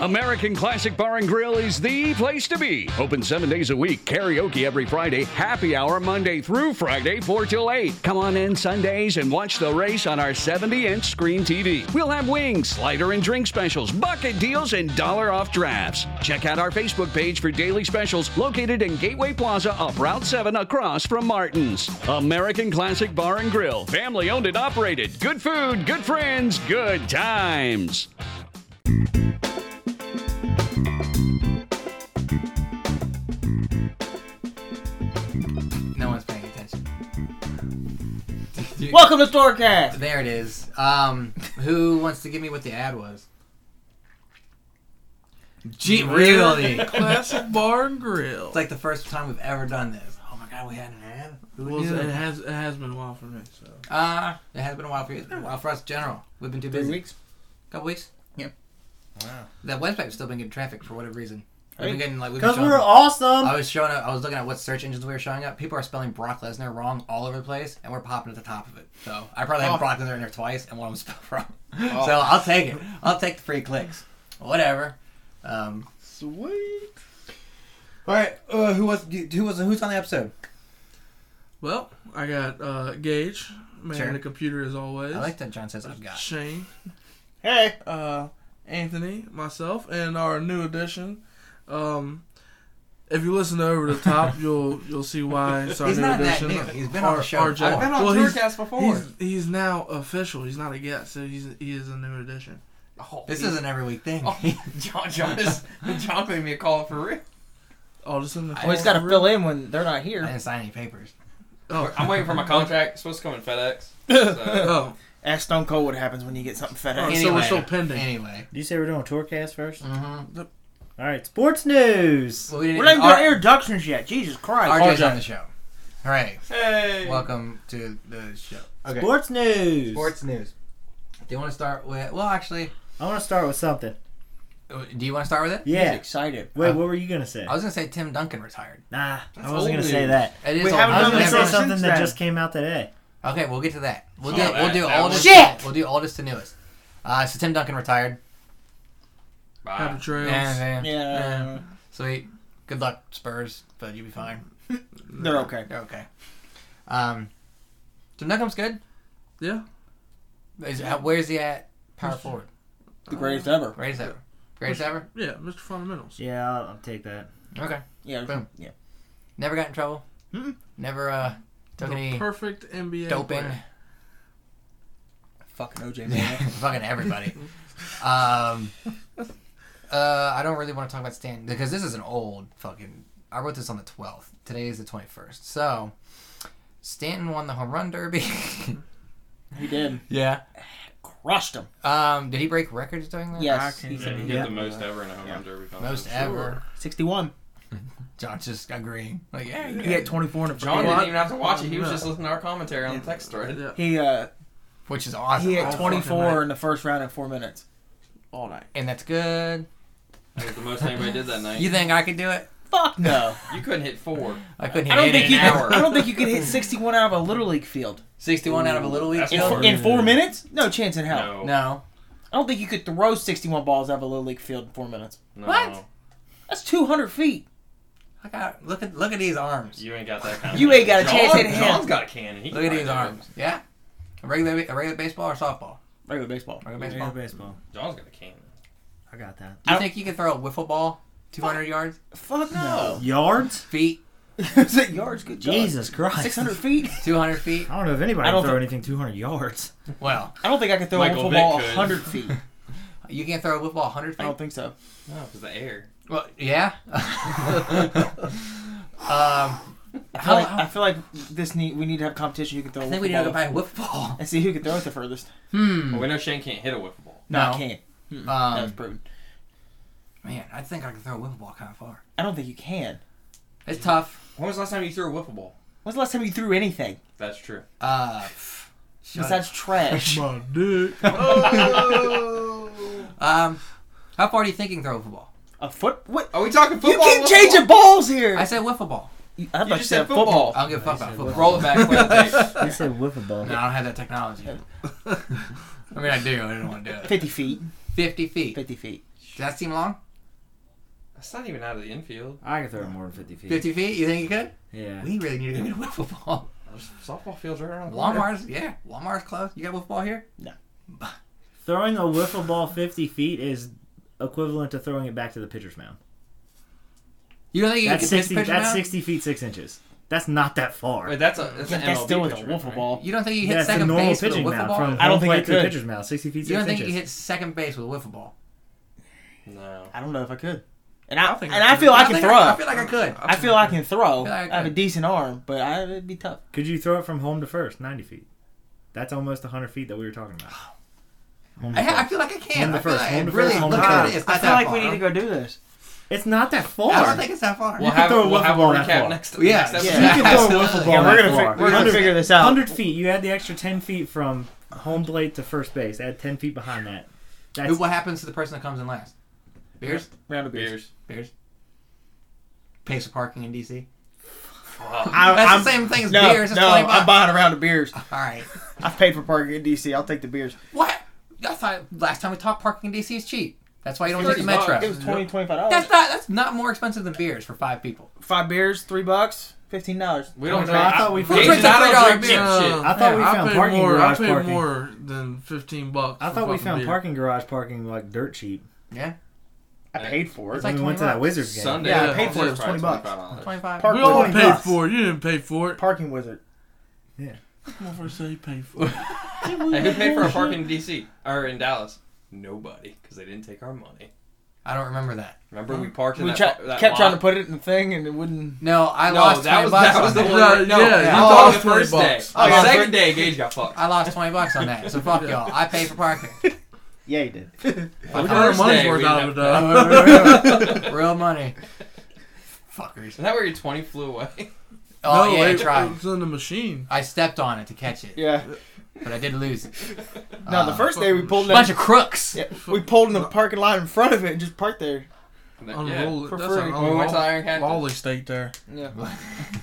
American Classic Bar and Grill is the place to be. Open seven days a week, karaoke every Friday, happy hour Monday through Friday, 4 till 8. Come on in Sundays and watch the race on our 70 inch screen TV. We'll have wings, slider and drink specials, bucket deals, and dollar off drafts. Check out our Facebook page for daily specials located in Gateway Plaza up Route 7 across from Martin's. American Classic Bar and Grill, family owned and operated. Good food, good friends, good times. No one's paying attention. Welcome to Storecast. There it is. Um, who wants to give me what the ad was? Gee, really? it's Classic Bar and Grill. like the first time we've ever done this. Oh my god, we had an ad. Who Well, knew? it has it has been a while for me. So Uh, it has been a while for you. It's been a while for us, in general. We've been too busy. Couple weeks. Yep. Wow. That website's still been getting traffic for whatever reason. We've been getting like we've been Because showing, we're awesome. I was showing up. I was looking at what search engines we were showing up. People are spelling Brock Lesnar wrong all over the place, and we're popping at the top of it. So I probably have Oh. Brock Lesnar in there twice, and one of them spelled wrong. So I'll take it. I'll take the free clicks. Whatever. Um, sweet. all right. Uh, who was who was who's on the episode? Well, I got uh, Gage, man Sure. on the computer as always. I like that John says I've got. Shane, Hey. uh, Anthony, myself, and our new addition. Um, if you listen to over the top, you'll you'll see why it's our He's new not that edition. new. He's been R- on the show. RJ. I've been on well, he's- Storecast before. He's, he's now official. He's not a guest, so he's he is a new addition. Oh, This is an every week thing. John, John is John gave me a call for real. All just in the. Well, he's got to fill in when they're not I here. didn't sign any papers. Oh, I'm waiting for my contract. It's supposed to come in FedEx. So. oh, Ask Stone Cold what happens when you get something fed up. so we're still pending. Anyway. Did you say we're doing a Tourcast first? Mm-hmm. All right, sports news. Well, we We're not even R- doing introductions yet. Jesus Christ. RJ's RJ. on the show. All right. Hey. Welcome to the show. Okay. Sports news. Sports news. Do you want to start with? Well, actually, I want to start with something. uh, do you want to start with it? He's Yeah. excited. Wait, what were you gonna say? I was gonna say Tim Duncan retired. nah, I old wasn't gonna say news. that. It is We old. haven't I was done gonna that say ever something since that then. just came out today. Okay, we'll get to that. We'll Oh, do we'll that- do that oldest. was- Shit! We'll do oldest to newest. Uh, so Tim Duncan retired. Bye. happy trails. Yeah, Yeah. Sweet. Good luck, Spurs. But you'll be fine. They're okay. They're okay. Um, Tim Duncan's good. Yeah. Is, how- where's he at? Power forward. The greatest ever. Greatest ever. Greatest ever. Yeah, Mr. Fundamentals. Yeah, I'll, I'll take that. Okay. Yeah. Boom. Yeah. Never got in trouble. Mm-mm. Never uh, took The any perfect NBA doping. player. Fucking OJ Yeah, man. fucking everybody. Um, uh, I don't really want to talk about Stan because this is an old fucking. I wrote this on the twelfth. Today is the twenty first. So Stanton won the home run derby. he did. yeah. Crushed him. Um, did he break records doing that? Yes. I He can't- did. He Yeah. did the most ever in a home run derby contest. Most ever. 61. John's just agreeing. Like yeah. yeah. He had 24 in a John period. Oh, didn't even have to watch it. He was just listening to our commentary on the text thread. Yeah, He uh Which is awesome. he had Oh, 24 fucking right. in the first round in four minutes. all night. And that's good. That was the most anybody did that night. You think I could do it? Fuck no. You couldn't hit four. I couldn't hit I don't it in think you. an Can, hour. I don't think you can hit 61 out of a little league field Sixty-one out of a little league. That's in, field? four, in four minutes. No chance in hell. No. No. I don't think you could throw 61 balls out of a little league field in four minutes. no. What? That's 200 feet. I got look at look at these arms. You ain't got that kind of You ain't got a John, chance in hell. John's got a cannon. He Look at can his do it. arms. Yeah. A regular, a regular baseball or softball? Regular baseball. Regular Baseball. baseball. baseball. John's got a cannon. I got that. Do you think you can throw a wiffle ball 200 yards? Fuck no. Yards? Feet? Is it yards? Good job. Jesus Christ. 600 feet. 200 feet? I don't know if anybody I can don't throw thi- anything 200 yards. Well, I don't think I can throw a Michael wiffle ball Vick could. 100 feet. you can't throw a wiffle ball 100 I feet? don't think so. No, because the air. Well, yeah. um, I feel, how, like, how, I feel like this need we need to have competition. Who can throw a I think we wiffle need to go ball buy a wiffle ball. and see who can throw it the furthest. Hmm. Well, we know Shane can't hit a wiffle ball. No, No. I can't. That was Um, proven. man, I think I can throw a wiffle ball kind of far. I don't think you can. It's tough. When was the last time you threw a wiffle ball? When's the last time you threw anything That's true. Uh, besides trash? My dick. um, how far do you think you can throw a wiffle ball? a foot? What? Are we talking football? You keep wiffle changing balls here. I said wiffle ball. You- I thought You you just said said football. I don't give a fuck about ball? football. Roll it back. play the tape. You said wiffle ball. No, I don't have that technology. I mean, I do. I didn't want to do it. 50 feet. 50 feet. 50 feet. Does that seem long? That's not even out of the infield. I can throw it more than 50 feet. 50 feet? You think you could? Yeah. We really need to go get a wiffle ball. Those softball fields right around the corner. Walmart's, yeah. Walmart's close. You got wiffle ball here? Throwing a wiffle ball 50 feet is equivalent to throwing it back to the pitcher's mound. You don't think you That's could miss 60, the pitch that's mound? 60 feet 6 inches. That's not that far. Wait, that's a that's, Yeah, an that's MLB still with a pitcher, wiffle right? ball. You don't think you hit That's a second normal base with a pitching wiffle mound ball? from I don't home think plate I to the could. pitcher's mound. 60 feet 6 you don't think inches. you hit second base with a wiffle ball? No. I don't know if I could. And I, I think and I I could. feel I, can think throw. I, I, I feel like I could. I- I feel I can throw. feel I, like I have a could. decent arm, but I, it'd be tough. Could you throw it from home to first? 90 feet. That's almost 100 feet that we were talking about. Home to I, I first. feel like I can. Home to I feel first, like, home to really, first, home look to at it. first. It's I not feel that like far. we need to go do this. It's not that far. I don't think it's that far. We'll can have throw a we'll wiffle have a ball that recap far. next Yeah. next You episode. can throw a wiffle ball. Yeah, we're gonna that far. fi- we're gonna 100 figure this out. 100 feet. You add the extra 10 feet from home plate to first base. Add 10 feet behind that. That's Who- what happens to the person that comes in last? Beers? Round of beers. Beers. Bears. Pays for parking in DC. Wow. I, That's I'm- the same thing as no, beers. It's no, 20 bucks. I'm buying a round of beers. All right. I've paid for parking in DC. I'll take the beers. What? I thought last time we talked parking in DC is cheap. That's why you don't take the 30 bucks. metro. It It was 20 $25. That's not that's not more expensive than beers for five people. Five beers, three bucks, fifteen dollars. We don't No, I thought we Jason, figured- I don't $3 drink beer. shit. Uh, I thought we I found paid parking more, garage I paid parking. more than fifteen bucks. I for thought we fucking found beer. parking garage parking like dirt cheap. Yeah. I paid for it. It's like when we went to 20 that bucks. Wizards game. Sunday. Yeah, I the paid for it. It was Friday, 20 bucks. $25. Twenty five. Park- We all Twenty paid bucks. for it. You didn't pay for it. Parking wizard. Motherfucker said he paid for it. Hey, who paid for our parking in DC or in Dallas? Nobody, because they didn't take our money. I don't remember that. Remember we parked in We that, tri- fu- that kept trying to lot? put it in the thing and it wouldn't. No, I No, lost that twenty was bucks that was on the that. one. No, where- no, yeah, that you was thought on it the was first 20 day. bucks. Oh, yeah, the that's second day, Gage got fucked. I lost twenty bucks on that, so fuck y'all. I paid for parking. Yeah, you did. My We got our first money's day, worth we out of didn't it have- though. Real money. Fuckers. Isn't that where your twenty flew away? Oh yeah, I it, tried. was in the machine. I stepped on it to catch it, Yeah. but I did lose it. No, the first day we pulled in. Bunch of crooks. yeah, we pulled in the parking lot in front of it and just parked there. Unroll it. for That's free. an When we went to Iron unroll- Captain. lolly steak there. Yeah.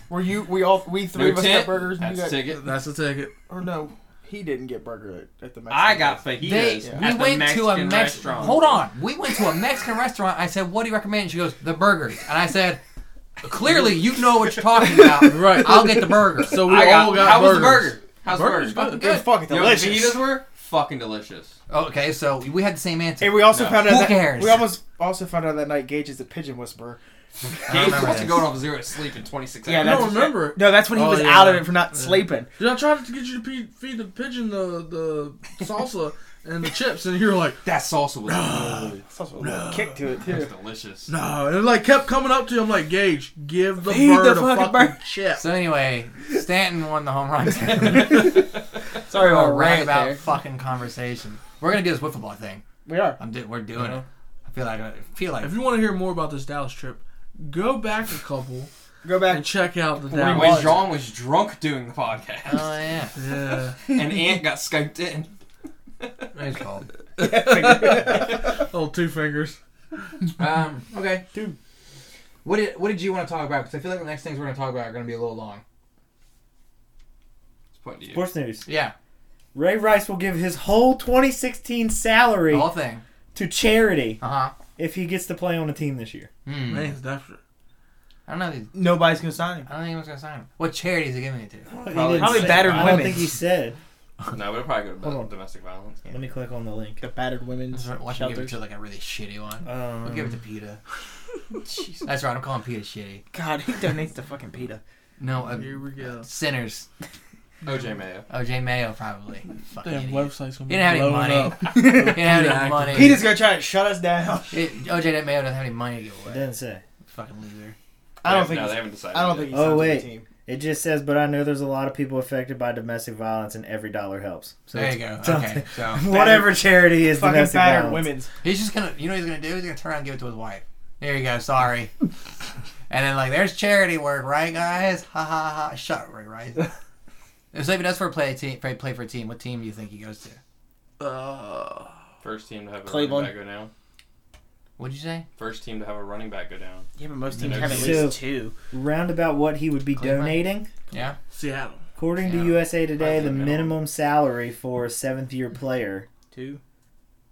Were you? We all we three New of us tent. got burgers and That's you got. ticket. That's a ticket. Or no, he didn't get burger at, at the. Mexican I got place. fajitas They, at we the went to a Mexican Mexican. restaurant. Hold on, we went to a Mexican restaurant. I said, "What do you recommend?" And she goes, "The burgers." And I said, "Clearly, you know what you're talking about. Right. I'll get the burger." So we I all got, got how burgers. was the burger? How's Burger's the burger? good. It was fucking You know what delicious. fajitas were fucking delicious. okay, so we had the same answer. And we also No. found out Who that cares? we almost also found out that night Gage is a pigeon whisperer. Gabe's remember supposed to this. go off zero to sleep in twenty six hours. Yeah, I that's- don't remember it. No, that's when he Oh, was yeah. out of it for not sleeping. Dude, I tried to get you to pe- feed the pigeon the, the salsa and the chips, and you're like, that salsa was good. That's also a little kick to it too. That's delicious. no. And it like kept coming up to you. I'm like, Gage, give the Feed the bird a fucking fucking bird. chip. So anyway, Stanton won the home run. Sorry a about right rant about there. fucking conversation. We're gonna do this wiffle ball thing. We are. I'm do- we're doing it. I feel like I feel like If you want to hear more about this Dallas trip, go back a couple Go back. and check out the Wait, Dallas. When John was drunk doing the podcast, oh yeah, Yeah. and Ant got skyped in. it's called. Oh, two fingers. Um, okay, dude. What did what did you want to talk about? Because I feel like the next things we're gonna talk about are gonna be a little long. It's pointing to you. Sports news. Yeah, Ray Rice will give his whole 2016 the salary whole thing. to charity Uh huh. if he gets to play on a team this year. Hmm. Man, it's desperate. I don't know. These, Nobody's gonna sign him. I don't think anyone's gonna sign him. What charity is he giving it to? He Probably- didn't probably say- battered I women. don't think he said. No, but it probably go Hold to on. domestic violence. Let me click on the link. The battered women's Why should we give it shelters. to like a really shitty Uh, one? Um, We'll give it to PETA. That's right. I'm calling PETA shitty. God, he donates to fucking PETA. No, uh, Here we go. sinners. OJ Mayo. OJ Mayo probably. Fucking Damn, idiot. website's gonna be He didn't have any blowing money. up. he didn't have any Yeah, money. PETA's gonna try to shut us down. It, OJ Mayo doesn't have any money to give It away. doesn't say. Fucking loser. I don't They- think. No, they he's- haven't decided. I don't yet. think he Oh, signs with wait. the team. It just says, but I know there's a lot of people affected by domestic violence, and every dollar helps. So There you go. it's- Okay, so Whatever charity is Fucking domestic battered violence. women's. he's just gonna. You know what he's gonna do? He's gonna turn around and give it to his wife. There you go. Sorry. and then like, there's charity work, right, guys? Ha ha ha. Shut up, Ray Rice. so if he does for a play team, play, play for a team, what team do you think he goes to? Uh, First team to have a Cleveland. running back go down. What'd you say? First team to have a running back go down. Yeah, but most teams teams have have at at So- least least two. Round about what he would be Cleveland. donating. Yeah. Seattle. According Yeah. to USA Today, Probably the the minimum. minimum salary for a seventh year player Two.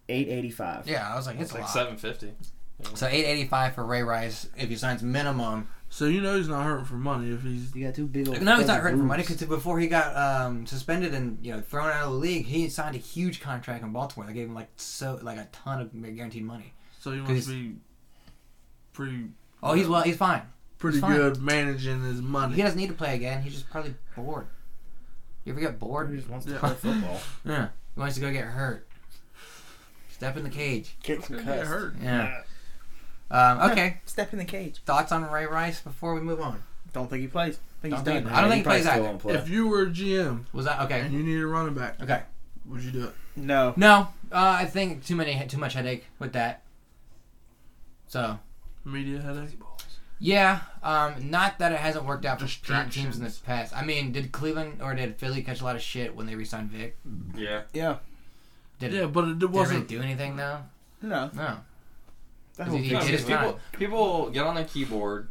eight eighty five. Yeah, I was like, it's, It's like a lot. 750. So eight eighty five for Ray Rice if he signs minimum. So you know he's not hurting for money if he's. You got two big old. No, he's not fuzzy hurting for boobs. money because before he got um, suspended and you know thrown out of the league, he signed a huge contract in Baltimore. They gave him like so like a ton of guaranteed money. So he Cause- must be pretty Oh, he's well, he's fine. pretty It's fine. good managing his money. He doesn't need to play again. He's just probably bored. You ever get He bored? just wants to Yeah. play football. Yeah. He wants to go get hurt. Step in the cage. Get He's gonna get concussed. hurt. Yeah. Um, okay. Step in the cage. Thoughts on Ray Rice before we move on? Don't think he plays. think he's Don't think- done. I don't think he probably plays still either. won't play. If you were a GM Was that okay? and you need a running back, Okay. would you do it? No. No, uh, I think too many too much headache with that. So Media headache. yeah, um, not that it hasn't worked out for te- teams in the Distractions. past. I mean, did Cleveland or did Philly catch a lot of shit when they re-signed Vic? Yeah. Yeah. Did Yeah, it, but it, did it really wasn't. do anything though? No. No. That Is whole he- thing- No, did because his time. people, people get on their keyboard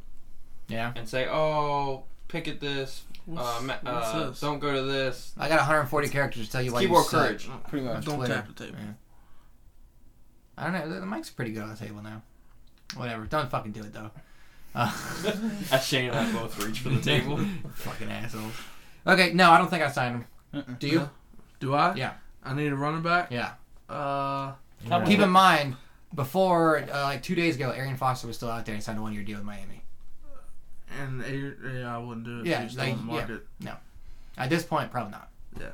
Yeah. and say, oh, pick at this. What's- Uh, ma- what's uh, this? Don't go to this. I got 140 characters to tell you why you Keyboard suck. courage. Pretty much. Don't Twitter. tap the table. Yeah. I don't know. The mic's pretty good on the table now. Whatever. Don't fucking do it though. Uh, As Shane and I both reach for the table. fucking assholes. Okay. No, I don't think I signed him. Mm-mm. Do you? Do I? Yeah. I need a running back. Yeah. Uh, Yeah. Keep in mind, before uh, like two days ago, Arian Foster was still out there and signed a one-year deal with Miami. and a- yeah, I wouldn't do it. Yeah, if he's still like, on the yeah. market. At this point, probably not. Yeah.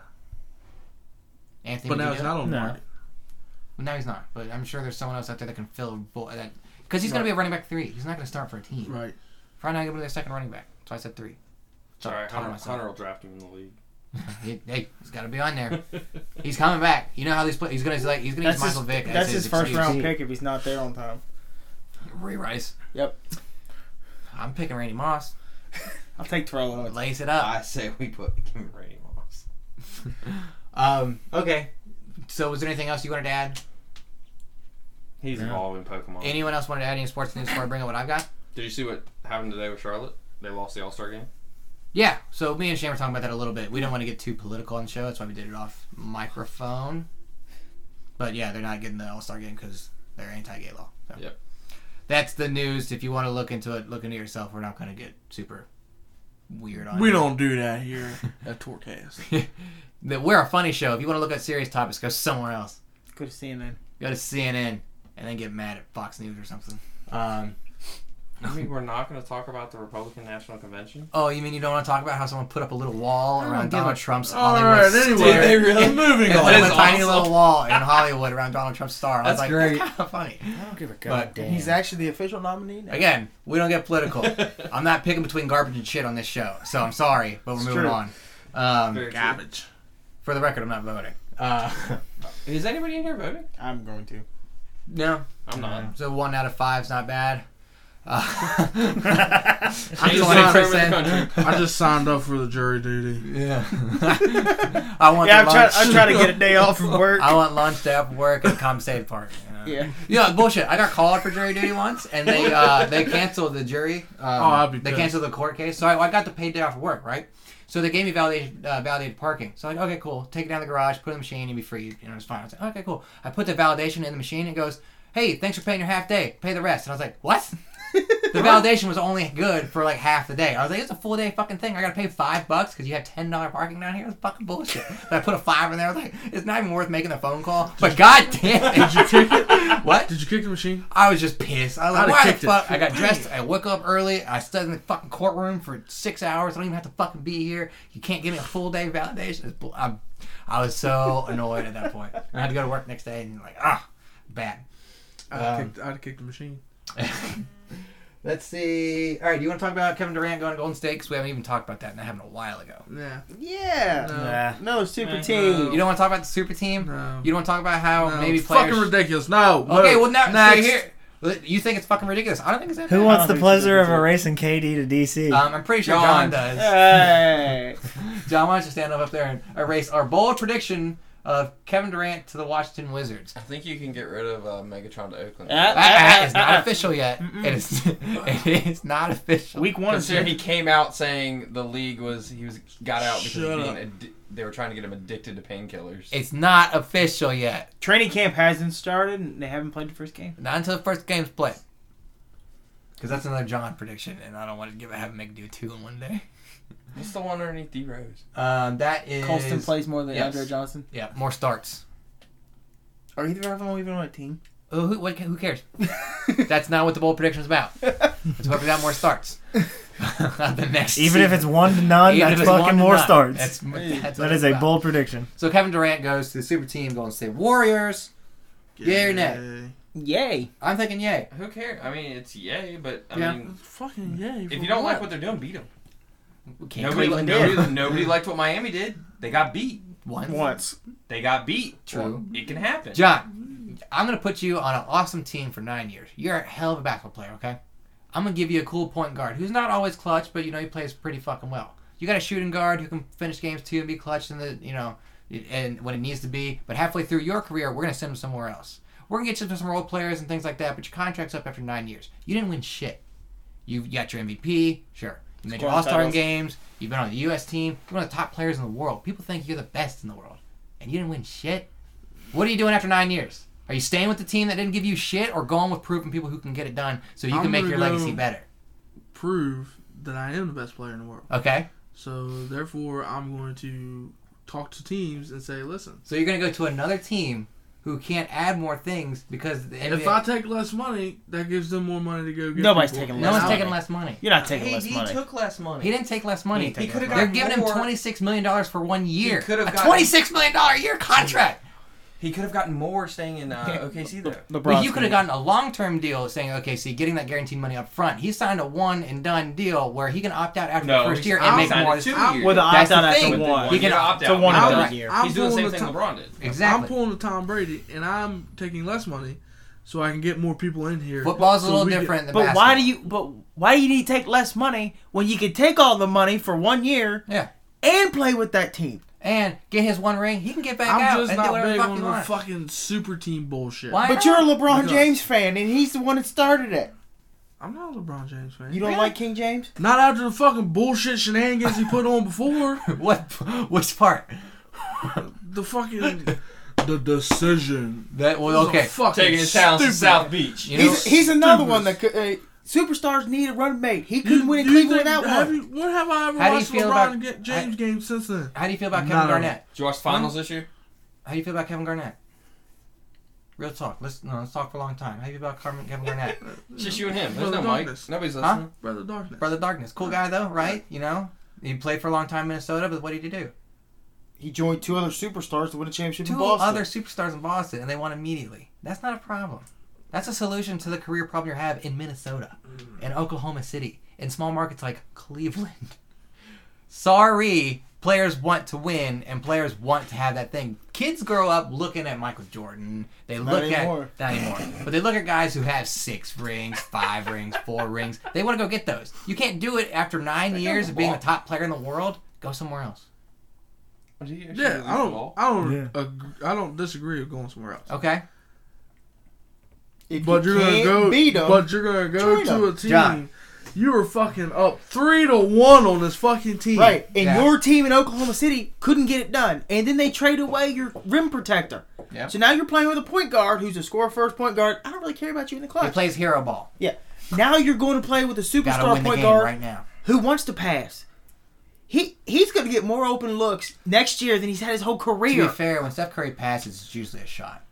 Anthony, But would you now do it's it? not on the No. market. Well, now he's not. But I'm sure there's someone else out there that can fill vo- that because he's going to be a running back three. He's not going to start for a team. Right. Probably not going to be their second running back. So I said three. So Sorry, I told Hunter, myself. Hunter will draft him in the league. He- hey, he's got to be on there. he's coming back. You know how these play. He's going to like he's going to use That's his, Michael Vick. as that's his first excuse. round pick if he's not there on time. Ray Rice. Yep. I'm picking Randy Moss. I'll take Terrell Owens. Lace it up. I say we put him Randy Moss. Um. Okay. So was there anything else you wanted to add? He's involved in Pokemon. Anyone else wanted to add any sports news before I bring up what I've got? Did you see what happened today with Charlotte? They lost the All Star game. Yeah, so me and Shane were talking about that a little bit. We don't want to get too political on the show, that's why we did it off microphone. But yeah, they're not getting the All Star game because they're anti gay law. So. Yep. That's the news. If you want to look into it, look into it yourself. We're not going to get super weird on We it. don't do that here at Torcast. That- We're a funny show. If you want to look at serious topics, go somewhere else. Go to CNN. Go to CNN and then get mad at Fox News or something. Um, I mean, we're not going to talk about the Republican National Convention. oh, you mean you don't want to talk about how someone put up a little wall don't around give a- Donald Trump's All Hollywood right. stair? Anyway, they really- moving It's on. That like is a tiny awesome. little wall in Hollywood around Donald Trump's star. I was That's like, great. That's kind of funny. I don't give a goddamn. goddamn. He's actually the official nominee now. Again, we don't get political. I'm not picking between garbage and shit on this show, so I'm sorry, but we're moving true. on. Um, Very true. Garbage. for the record, I'm not voting. Uh, Is anybody in here voting? I'm going to. no, Mm-hmm. I'm not. so one out of five's not bad. Uh, I'm Change the 20%. term of the country. I just signed up for the jury duty. yeah, I want the Yeah, I'm trying, lunch. I'm trying to get a day off from work. I want lunch to have work and compensated part. You know? yeah. Yeah, bullshit. I got called for jury duty once, and they uh, they canceled the jury. Um, I'd be they pissed. canceled the court case. So I, I got the paid day off of work, right? So they gave me validated uh, validated parking. So I'm like, okay, cool. Take it down to the garage, put it in the machine, and be free. You know, it's fine. I was like, okay, cool. I put the validation in the machine. and It goes, hey, thanks for paying your half day. Pay the rest. And I was like, what? the validation was only good for like half the day. I was like, it's a full day fucking thing. I gotta pay five bucks because you have ten dollar parking down here. It's fucking bullshit. but I put a five in there. I was like, it's not even worth making the phone call. But goddamn, did you kick it? What? Did you kick the machine? I was just pissed. I was I'd like, have why the kicked it. fuck? I got dressed. I woke up early. I stood in the fucking courtroom for six hours. I don't even have to fucking be here. You can't give me a full day validation. It's bull- I'm, I was so annoyed at that point. I had to go to work next day and like, ah, bad. I'd Um, kick. I'd kick the machine. Let's see. All right, do you want to talk about Kevin Durant going to Golden State? 'Cause we haven't even talked about that, and that happened a while ago. Yeah. Yeah. Nah. No, super No. team. You don't want to talk about the super team. No. You don't want to talk about how No, maybe it's players. fucking ridiculous. No. okay, no. well now Next. see, here. You think it's fucking ridiculous? I don't think it's that. Who bad. wants I don't the think pleasure so, of too. erasing KD to DC? Um, I'm pretty sure John John. does. Hey. John, why don't you stand up up there and erase our bold prediction of Kevin Durant to the Washington Wizards? I think you can get rid of uh, Megatron to Oakland. Uh, That is uh, not uh. official yet. It is. It is not official. Week one is Considering he came out saying the league was he was got out because Shut of being up. a d- they were trying to get him addicted to painkillers. It's not official yet. Training camp hasn't started, and they haven't played the first game. Not until the first game's played. Because that's another John prediction, and I don't want to give have Mick do two in one day. What's the one underneath D Rose? Um, that is Colston plays more than yes. Andre Johnson. Yeah, more starts. Are either of them even on a team? Oh, who, what, who cares? That's not what the bold prediction's about. It's whoever got more starts. the next Even if season. it's one to none, Even that's if it's one fucking to more none. starts. That's, that's what that it's is a about. bold prediction. So Kevin Durant goes to the super team, Golden State Warriors. Yay or nay? Yay. Yay! I'm thinking yay. Who cares? I mean, it's yay, but I Yeah. mean, Fucking yay. if you don't like what they're doing, beat them. We can't Nobody, Cleveland nobody, did. nobody liked what Miami did. They got beat. One. Once They got beat. True. It can happen. John, I'm gonna put you on an awesome team for nine years. You're a hell of a basketball player, okay? I'm gonna give you a cool point guard who's not always clutch, but you know he plays pretty fucking well. You got a shooting guard who can finish games too and be clutch in the you know and when it needs to be. But halfway through your career, we're gonna send him somewhere else. We're gonna get you some role players and things like that. But your contract's up after nine years. You didn't win shit. You got your MVP, sure. You made your Scoring All Star titles. games. You've been on the U.S. team. You're one of the top players in the world. People think you're the best in the world, and you didn't win shit. What are you doing after nine years? Are you staying with the team that didn't give you shit, or going with proven people who can get it done so you I'm can make gonna your go- legacy better? prove that I am the best player in the world. Okay, So therefore, I'm going to talk to teams and say, listen, so you're gonna go to another team who can't add more things because the NBA, if I take less money, that gives them more money to go get. Nobody's people. taking no one's less taking money. less money. you're not taking less he money. took less He money. didn't take less money. He didn't take could've less They're money. giving him more. twenty six million dollars for one year. could've a gotten- twenty six million dollar a year contract. He could have gotten more staying in uh, OKC though. LeBron's Well, you could have gonna- gotten a long term deal saying, okay, see, getting that guaranteed money up front. He signed a one and done deal where he can opt out after No, the first he's- year I'll and make sign more. it two I'm- years. with the That's opt the out after thing. one. He can opt to out. one I'm, and Right. done year. I'm He's doing the same pulling Tom- thing LeBron did. Exactly. I'm pulling the Tom Brady, and I'm taking less money, so I can get more people in here. Football's a so little we get- different than But why do basketball. you? But why do you need to take less money when you can take all the money for one year Yeah. and play with that team? And get his one ring. He can get back out I'm just and do not whatever the big fuck on he the wants. fucking super team bullshit. Why But not? you're a LeBron Because- James fan, and he's the one that started it. I'm not a LeBron James fan. You don't like King James? Not after the fucking bullshit shenanigans he put on before. What? Which part? The fucking the decision. That It was well, a okay. fucking Taking his talents to stupid- South Beach. You know, He's, he's another one that could. Uh, superstars need a run mate. He couldn't win in do you Cleveland think- without have one. you- when have I ever How do you watched feel LeBron about- get James I- game since then? how do you feel about Not Kevin at Garnett? Did you watch finals this year? How do you feel about Kevin Garnett? Real talk. Let's no, let's talk for a long time. How do you feel about Carmen, Kevin Garnett? It's just you and him. Well, There's the no mic. darkness. Nobody's Huh? listening. Brother Darkness. Brother Darkness, cool guy though, right? You know, he played for a long time in Minnesota, but what did he do? He joined two other superstars to win a championship Two in Boston. other superstars in Boston, and they won immediately. That's not a problem. That's a solution to the career problem you have in Minnesota, in Oklahoma City, in small markets like Cleveland. Sorry, players want to win, and players want to have that thing. Kids grow up looking at Michael Jordan. They look anymore. at not anymore, but they look at guys who have six rings, five rings, four rings. They want to go get those. You can't do it after nine years of being the top player in the world. Go somewhere else. Yeah, I don't. I don't. Yeah. ag- I don't disagree with going somewhere else. Okay. If But you you're gonna can't go. beat them. but you're gonna go join to 'em. a team. John. You were fucking up three to one on this fucking team. right, and Yeah. your team in Oklahoma City couldn't get it done, and then they trade away your rim protector. Yep. So now you're playing with a point guard who's a score first point guard. I don't really care about you in the He clutch. plays hero ball. yeah. Now you're going to play with a Gotta superstar win the point game guard right now. who wants to pass. He he's going to get more open looks next year than he's had his whole To be career. fair, when Steph Curry passes, it's usually a shot.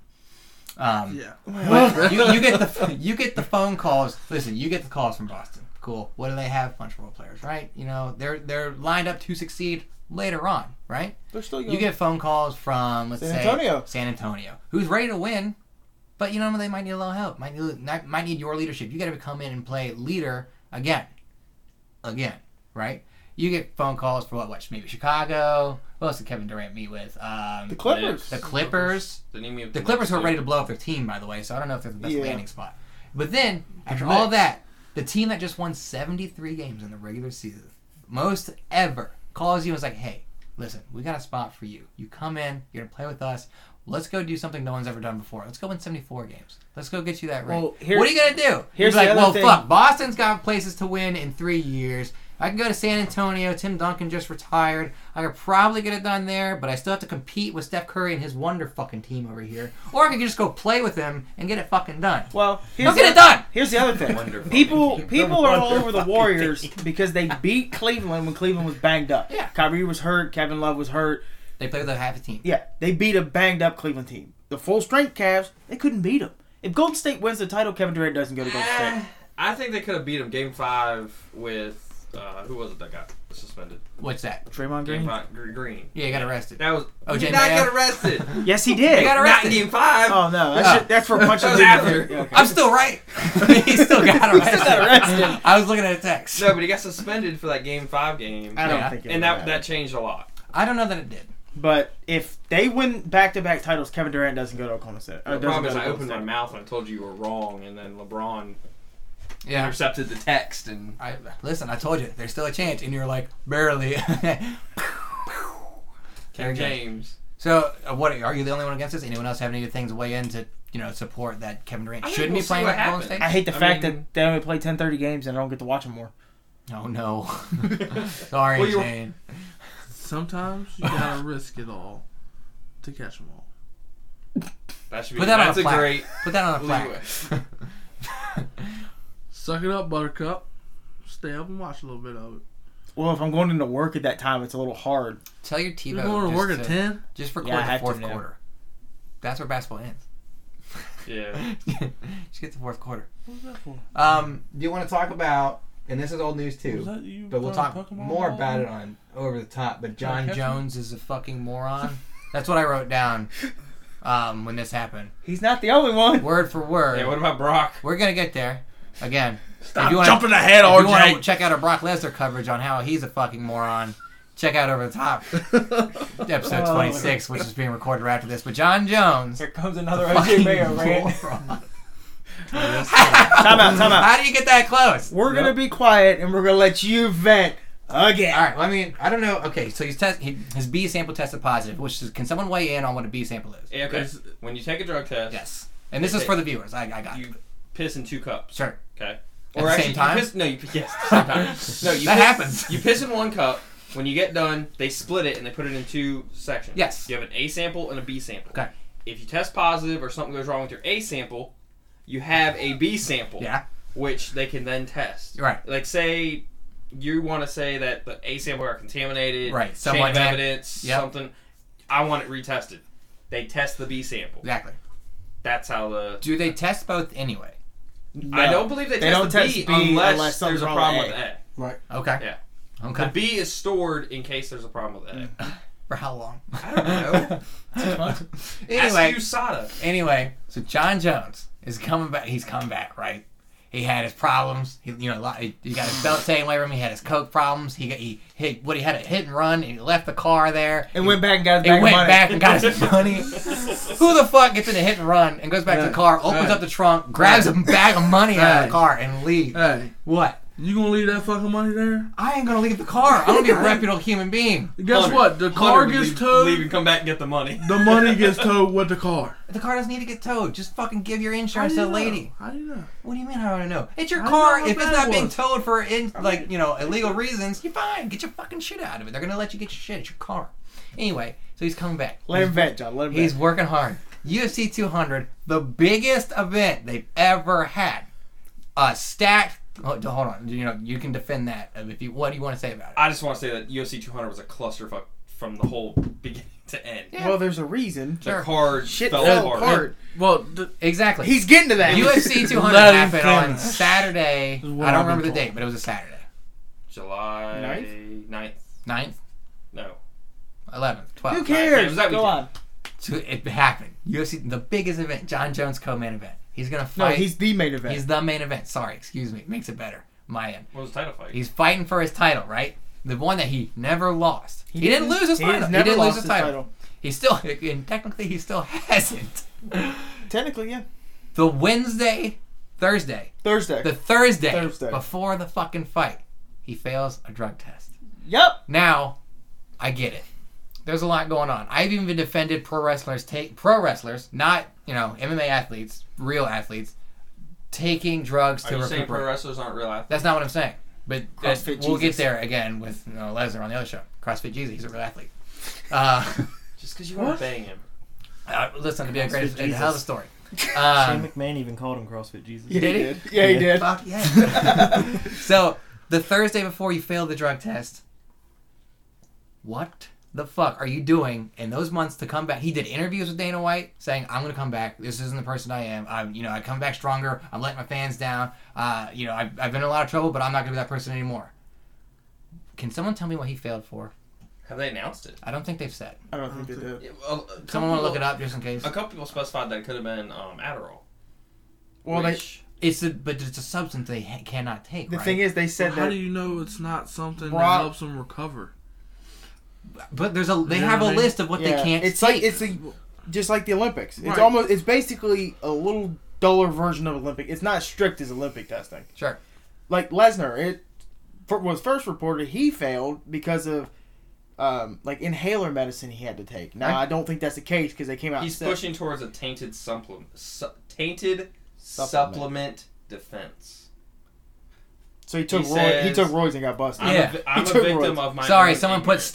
Um, Yeah. but you, you get the you get the phone calls. Listen, you get the calls from Boston. Cool. What do they have? bunch of role players, right? You know, they're they're lined up to succeed later on, right? They're still You get phone calls from let's San say Antonio. San Antonio, who's ready to win, but you know they might need a little help. Might need might- might need your leadership. You got to come in and play leader again, again, right? You get phone calls for what? What? Maybe Chicago. Who else did Kevin Durant meet with? Um, the Clippers. the Clippers. Didn't even The Clippers were ready to blow up their team, by the way, so I don't know if they're the best Yeah. landing spot. But then, after all that, the team that just won 73 games in the regular season, most ever, calls you and is like, hey, listen, we got a spot for you. You come in, you're going to play with us. Let's go do something no one's ever done before. Let's go win 74 games. Let's go get you that ring. Well, what are you going to do? here's You're like, the other well, thing. fuck, Boston's got places to win in three years. I can go to San Antonio. Tim Duncan just retired. I could probably get it done there, but I still have to compete with Steph Curry and his wonder fucking team over here. Or I could just go play with him and get it fucking done. Well, He'll get it done. Here's the other thing. Wonderful. People people are all Wonderful over the Warriors because they beat Cleveland when Cleveland was banged up. Yeah. Kyrie was hurt, Kevin Love was hurt. They play with a half a team. Yeah, they beat a banged up Cleveland team. The full strength Cavs, they couldn't beat them. If Golden State wins the title, Kevin Durant doesn't go to Golden State. Ah. I think they could have beat him game five with uh, who was it that got suspended? What's that? Draymond Game Green. five, Gr- Green. Yeah, you got arrested. That was. Oh, Oh, he Jay did not Mayo? get arrested. Yes, he did. They got not arrested. in game five. Oh no, that's, No. ju- that's for punching. That was the- after. Yeah, okay. I'm still right. he still got arrested. got arrested. I was looking at a text. No, but he got suspended for that game five game, I don't Yeah. think it and that mattered. that changed a lot. I don't know that it did. But if they win back to back titles, Kevin Durant doesn't go to Oklahoma State. Uh, The doesn't problem go is, to I Golden opened my State. mouth and I told you you were wrong, and then LeBron Yeah. intercepted the text, and I listen. I told you there's still a chance, and you're like barely. King James. so, uh, what are you the only one against this? Anyone else have any things to weigh in to you know support that Kevin Durant I think shouldn't we'll be see playing what at Golden happens. State? I hate the I fact mean- that they only play 10, 30 games and I don't get to watch them more. Oh no. Sorry, Well, you- Shane. Sometimes you gotta risk it all to catch them all. That should be. Put that that's on a plaque. a great. Put that on a leeway. plaque. Suck it up, Buttercup. Stay up and watch a little bit of it. Well, if I'm going into work at that time, it's a little hard. Tell your TiVo. You're going to just work at ten. Just Yeah, I record have the to fourth now. quarter. That's where basketball ends. Yeah. just get the fourth quarter. Um, do you want to talk about? And this is old news too. But we'll talk more about it on Over the Top. But John catch Jones is a fucking moron. That's what I wrote down um, when this happened. He's not the only one. Word for word. Yeah. What about Brock? We're going to get there. Again. Stop you wanna- jumping ahead, If you want to RJ. check out our Brock Lesnar coverage on how he's a fucking moron, check out Over the Top, episode Oh. 26, which is being recorded right after this. But John Jones. Here comes another fucking OJ Mayo rant. moron. time out, time out. How do you get that close? We're gonna be quiet and we're gonna let you vent again. All right. Well, I mean, I don't know. Okay, so he's test he, his B sample tested positive, which is can someone weigh in on what a B sample is? Yeah, okay. It's- When you take a drug test, Yes. And this is for the viewers. I, I got it. you piss in two cups. Sure. Okay. At the same you time? piss- no, you yes, at the same time. No, you That piss, happens. You piss in one cup. When you get done, they split it and they put it in two sections. Yes. You have an A sample and a B sample. Okay. If you test positive or something goes wrong with your A sample, you have a B sample. Yeah. Which they can then test. Right. Like say you want to say that the A sample are contaminated. Right, Chain someone of had- evidence. Yep. Something. I want it retested. They test the B sample. Exactly. That's how the Do they test both anyway? I don't believe they, They test don't the test B, B unless, unless there's something's a wrong problem with with A. Okay. Yeah. Okay. The B is stored in case there's a problem with A. for how long? I don't know. anyway, Ask USADA. anyway, so John Jones is coming back. He's come back, right? He had his problems. He, you know, lot- he he got his belt taken away from him. He had his coke problems. He got he hit what he had a hit and run, and he left the car there. And went back and got his He bag went of money. back and got his money. Who the fuck gets in a hit and run and goes back to the car, opens Right. up the trunk, grabs a bag of money out of the Right. car, and leaves? Hey, What? you gonna leave that fucking money there? I ain't gonna leave the car. I'm gonna be a reputable human being. Guess Hunter- what? The car Hunter would gets leave, towed. Leave and come back and get the money. The money gets towed with the car. The car doesn't need to get towed. Just fucking give your How insurance do to you the know? lady. How do you know? What do you mean I don't know? It's your I car. know how If it's bad not it being was. towed for in, like you know illegal reasons, you're fine. Get your fucking shit out of it. They're gonna let you get your shit. It's your car. Anyway, so he's coming back. Let him vent, John. Let him He's vent. working hard. UFC 200, the biggest event they've ever had. A stacked. Hold hold on. You know you can defend that. If you, what do you want to say about it? I just want to say that UFC 200 was a clusterfuck from the whole beginning to end. Yeah. Well, there's a reason. The Sure. card Shit fell fell apart. apart. Well, th- Exactly. He's getting to that. UFC 200 Let him happened on finish. Saturday. I is what don't I've been remember the told. date, but it was a Saturday. July Ninth? 9th? Ninth, No. 11th, 12th. Who Alright, cares? was that Go on. weekend? So it happened. UFC, the biggest event, John Jones co-main event. He's gonna No, fight. he's the main event. he's the main event. Sorry, excuse me. Makes it better. My end. What was the title fight? He's fighting for his title, right? The one that he never lost. He, didn't, lose his he title. has He never didn't lose lost his his title. title. He still, and technically, he still hasn't. Technically, yeah. The Wednesday, Thursday, Thursday. the Thursday, Thursday. before the fucking fight, he fails a drug test. yep. Now, I get it. There's a lot going on. I've even defended pro wrestlers take pro wrestlers, not you know MMA athletes, real athletes, taking drugs Are to you saying pro recuperate. wrestlers aren't real athletes? That's not what I'm saying. But CrossFit that- we'll get Jesus. there again with you know, Lesnar on the other show. CrossFit Jesus, he's a real athlete. Uh, Just because you want What? to bang him. uh, listen, to be a CrossFit great and Jesus. hell of a story. Um, Shane McMahon even called him CrossFit Jesus. did he? Yeah, he did. Fuck yeah. so the Thursday before you failed the drug test, what the fuck are you doing in those months to come back? He did interviews with Dana White saying, "I'm gonna come back. This isn't the person I am. I'm, you know, I come back stronger. I'm letting my fans down. Uh, you know, I've, I've been in a lot of trouble, but I'm not gonna be that person anymore." Can someone tell me what he failed for? Have they announced it? I don't think they've said. I don't think they did. Yeah, well, a couple Someone want to look it people- up just in case. A couple people specified that it could have been um, Adderall. Well, they, which- It's a, but it's a substance they ha- cannot take. the right? thing is, they said How that do you know it's not something Brock- that helps them recover? but there's a they You know have what a I mean? list of what they can't. It's take. like it's a, just like the Olympics. It's Right. almost it's basically a little duller version of Olympic. It's not as strict as Olympic testing. sure. Like Lesnar, it for, was first reported he failed because of um, like inhaler medicine he had to take. Now I don't think that's the case because they came out. and He's said- pushing towards a tainted supplement, su- tainted Supplement. supplement, defense. So he took he Roy, he says- took Roy's and got busted. I'm Yeah. a, vi- I'm a took victim roids. of my. Sorry, own someone put ignorance.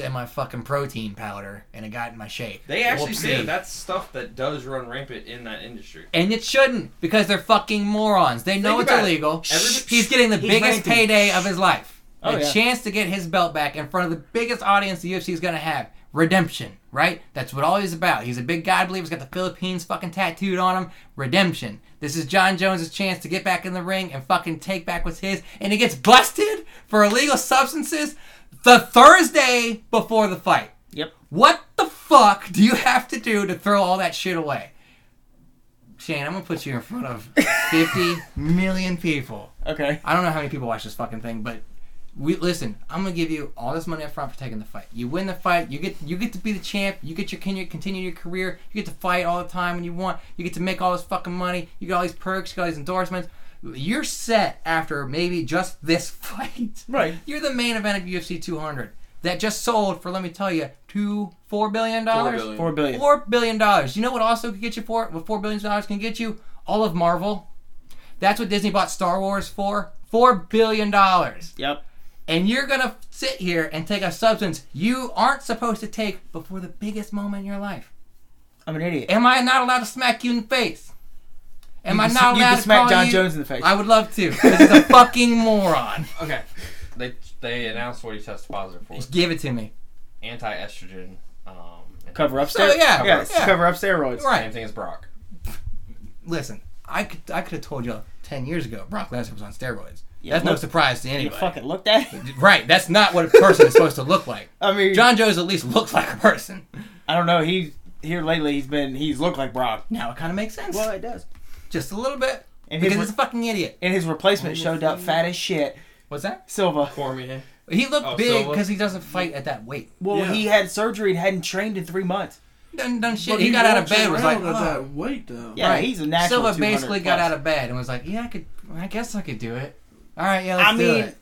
steroids in my fucking protein powder, and it got in my shape. They actually Whoopsie. say that that's stuff that does run rampant in that industry. And it shouldn't, because they're fucking morons. They know Think it's about it. illegal. Everybody- He's getting the He's biggest ranting. payday of his life. Oh, a yeah. chance to get his belt back in front of the biggest audience the UFC is going to have. Redemption, right? That's what all he's about. He's a big guy, I believe. He's got the Philippines fucking tattooed on him. Redemption. This is John Jones' chance to get back in the ring and fucking take back what's his. And he gets busted for illegal substances the Thursday before the fight. Yep. What the fuck do you have to do to throw all that shit away? Shane, I'm gonna put you in front of 50 million people. Okay. I don't know how many people watch this fucking thing, but we listen. I'm gonna give you all this money up front for taking the fight. You win the fight, you get you get to be the champ. You get your can you continue your career. You get to fight all the time when you want. You get to make all this fucking money. You get all these perks. You got all these endorsements. You're set after maybe just this fight. Right. You're the main event of UFC 200 that just sold for let me tell you two four billion dollars. billion. Four billion. Four billion dollars. You know what also could get you for what four billion dollars can get you? All of Marvel. That's what Disney bought Star Wars for. Four billion dollars. Yep. And you're gonna sit here and take a substance you aren't supposed to take before the biggest moment in your life. I'm an idiot. Am I not allowed to smack you in the face? Am I You not can allowed to smack call John you? Jones in the face. I would love to. This is a fucking moron. Okay. They they announced what he tested positive for: Just give it to me. anti-estrogen. Um, and cover up So, steroids. yeah, yeah, yeah. cover up steroids. Right. Same thing as Brock. Listen, I could I could have told you ten years ago Brock Lesnar was on steroids. Yeah, That's no look- surprise to You anybody. fucking looked at it. Right, that's not what a person is supposed to look like. I mean, John Jones at least looks like a person. I don't know. He here lately. He's been he's looked like Brock. Now it kind of makes sense. it does. Just a little bit. And because his- he's a fucking idiot. And his replacement showed up fat as shit. What's that? Silva. Cormier. He looked Oh, big Silva? because he doesn't fight at that weight. Well, Yeah. he had surgery and hadn't trained in three months. Done, done shit. But He, got out of walks bed. Was like, around at "Oh." that weight though. Yeah, Right. he's a natural. Silva 200 basically plus. got out of bed and was like, "Yeah, I could. I guess I could do it. All right, yeah, let's I do mean, it."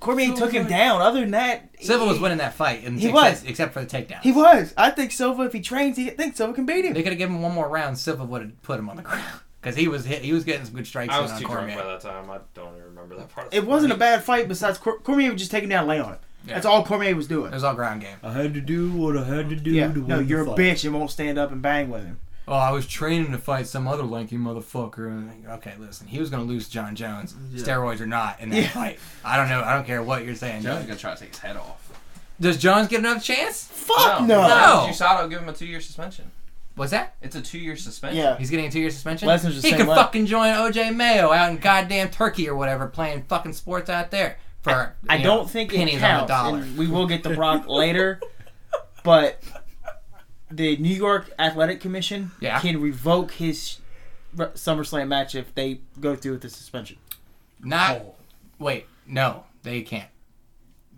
Cormier Silva's took him like- down. Other than that, Silva he- was winning that fight, and He except, was. except for the takedown. He was. I think Silva, if he trains, he I think Silva can beat him. They could have given him one more round. Silva would have put him on the ground because he was hit. He was getting some good strikes I in was on too Cormier. drunk by that time. I don't even remember that part. Of It the wasn't a fight. bad fight. Besides, Cor- Cormier would just take him down, and lay on him. That's all Cormier was doing. It was all ground game. I had to do what I had to do Yeah. to win No, the you're a fight. bitch and won't stand up and bang with him. Oh, I was training to fight some other lanky motherfucker. And I'm like, Okay, listen, he was gonna lose to John Jones, Yeah. steroids or not, in that Yeah. fight. I don't know. I don't care what you're saying. Jones is gonna try to take his head off. Does Jones get another chance? Fuck No. Jusato give him a two-year suspension. What's that? It's a two-year suspension. Yeah. He's getting a two-year suspension. Lesnar's the he same could way. fucking join OJ Mayo out in goddamn Turkey or whatever, playing fucking sports out there for I you know, don't think pennies it counts. on the dollar. And we will get to Brock later, but the New York Athletic Commission Yeah. can revoke his r- SummerSlam match if they go through with the suspension. Not wait, no, they can't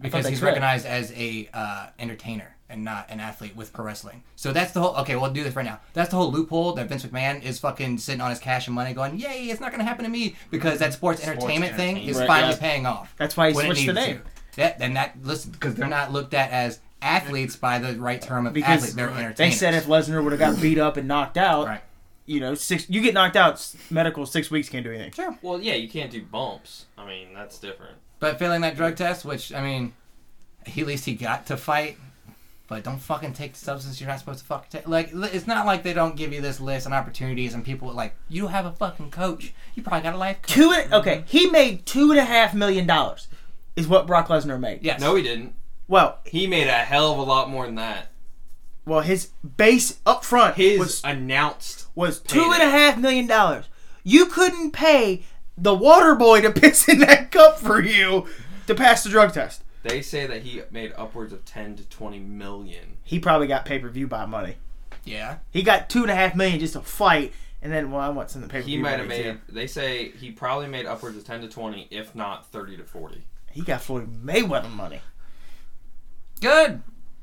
because they he's could. recognized as a uh, entertainer and not an athlete with pro wrestling. So that's the whole. Okay, we'll do this right now. That's the whole loophole that Vince McMahon is fucking sitting on his cash and money, going, "Yay, it's not going to happen to me," because that sports, entertainment thing is Right, finally yeah. paying off. That's why he when it switched the needed name. to. That and that listen because they're not looked at as athletes by the right term of Because athlete. They're entertainers. They said if Lesnar would have got beat up and knocked out, Right. you know, six. You get knocked out, s- medical six weeks can't do anything. Sure. Well, yeah, you can't do bumps. I mean, that's different. But failing that drug test, which I mean, he, at least he got to fight. But don't fucking take the substance you're not supposed to fucking take. Like li- it's not like they don't give you this list and opportunities and people like you have a fucking coach. You probably got a life coach. Two and, okay, he made two and a half million dollars, is what Brock Lesnar made. Yes. No, he didn't. Well, He made a hell of a lot more than that. well, his base up front His was announced. was Paid two and it. a half million dollars. You couldn't pay the water boy to piss in that cup for you to pass the drug test. They say that he made upwards of ten to twenty million. He probably got pay per view buy money. Yeah. He got two and a half million just to fight, and then well, I want some of the pay per view. He might have money, made. too. They say he probably made upwards of ten to twenty, if not thirty to forty. He got Floyd Mayweather money. Good.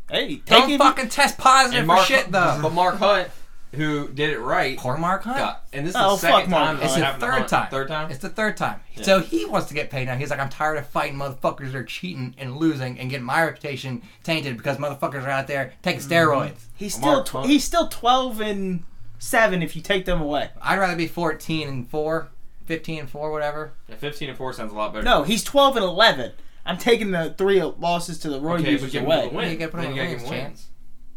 Hey, Don't taking fucking test positive And Mark, for shit though. but Mark Hunt, who did it right, Poor Mark Hunt. got. And this is Oh, the second fuck Mark time. that Hunt. It's it the happened to third Hunt. time. Third time. It's the third time. So he wants to get paid now. He's like, I'm tired of fighting motherfuckers that are cheating and losing and getting my reputation tainted because motherfuckers are out there taking Mm-hmm. steroids. He's still Mark tw- Hunt. he's still twelve and seven if you take them away. I'd rather be 14 and 4, 15 and 4, whatever. Yeah, Fifteen and four sounds a lot better. No, he's twelve and eleven. I'm taking the three losses to the Roy okay, but users give him the away. win. You gotta put then him you on gotta the give him wins, wins.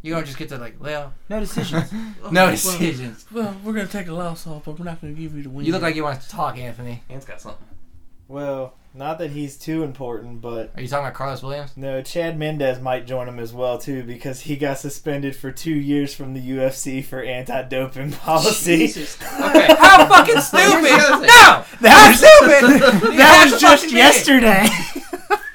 You don't just get to, like, well, No decisions. no well, decisions. Well, we're gonna take a loss off, but we're not gonna give you the win. You look like you want to talk, Anthony. Ant's got something. Well, not that he's too important, but Are you talking about Carlos Williams? no, Chad Mendez might join him as well too because he got suspended for two years from the UFC for anti-doping policy. Okay. How fucking stupid! Here's the other thing. no! That was Stupid! that was fucking just me. yesterday.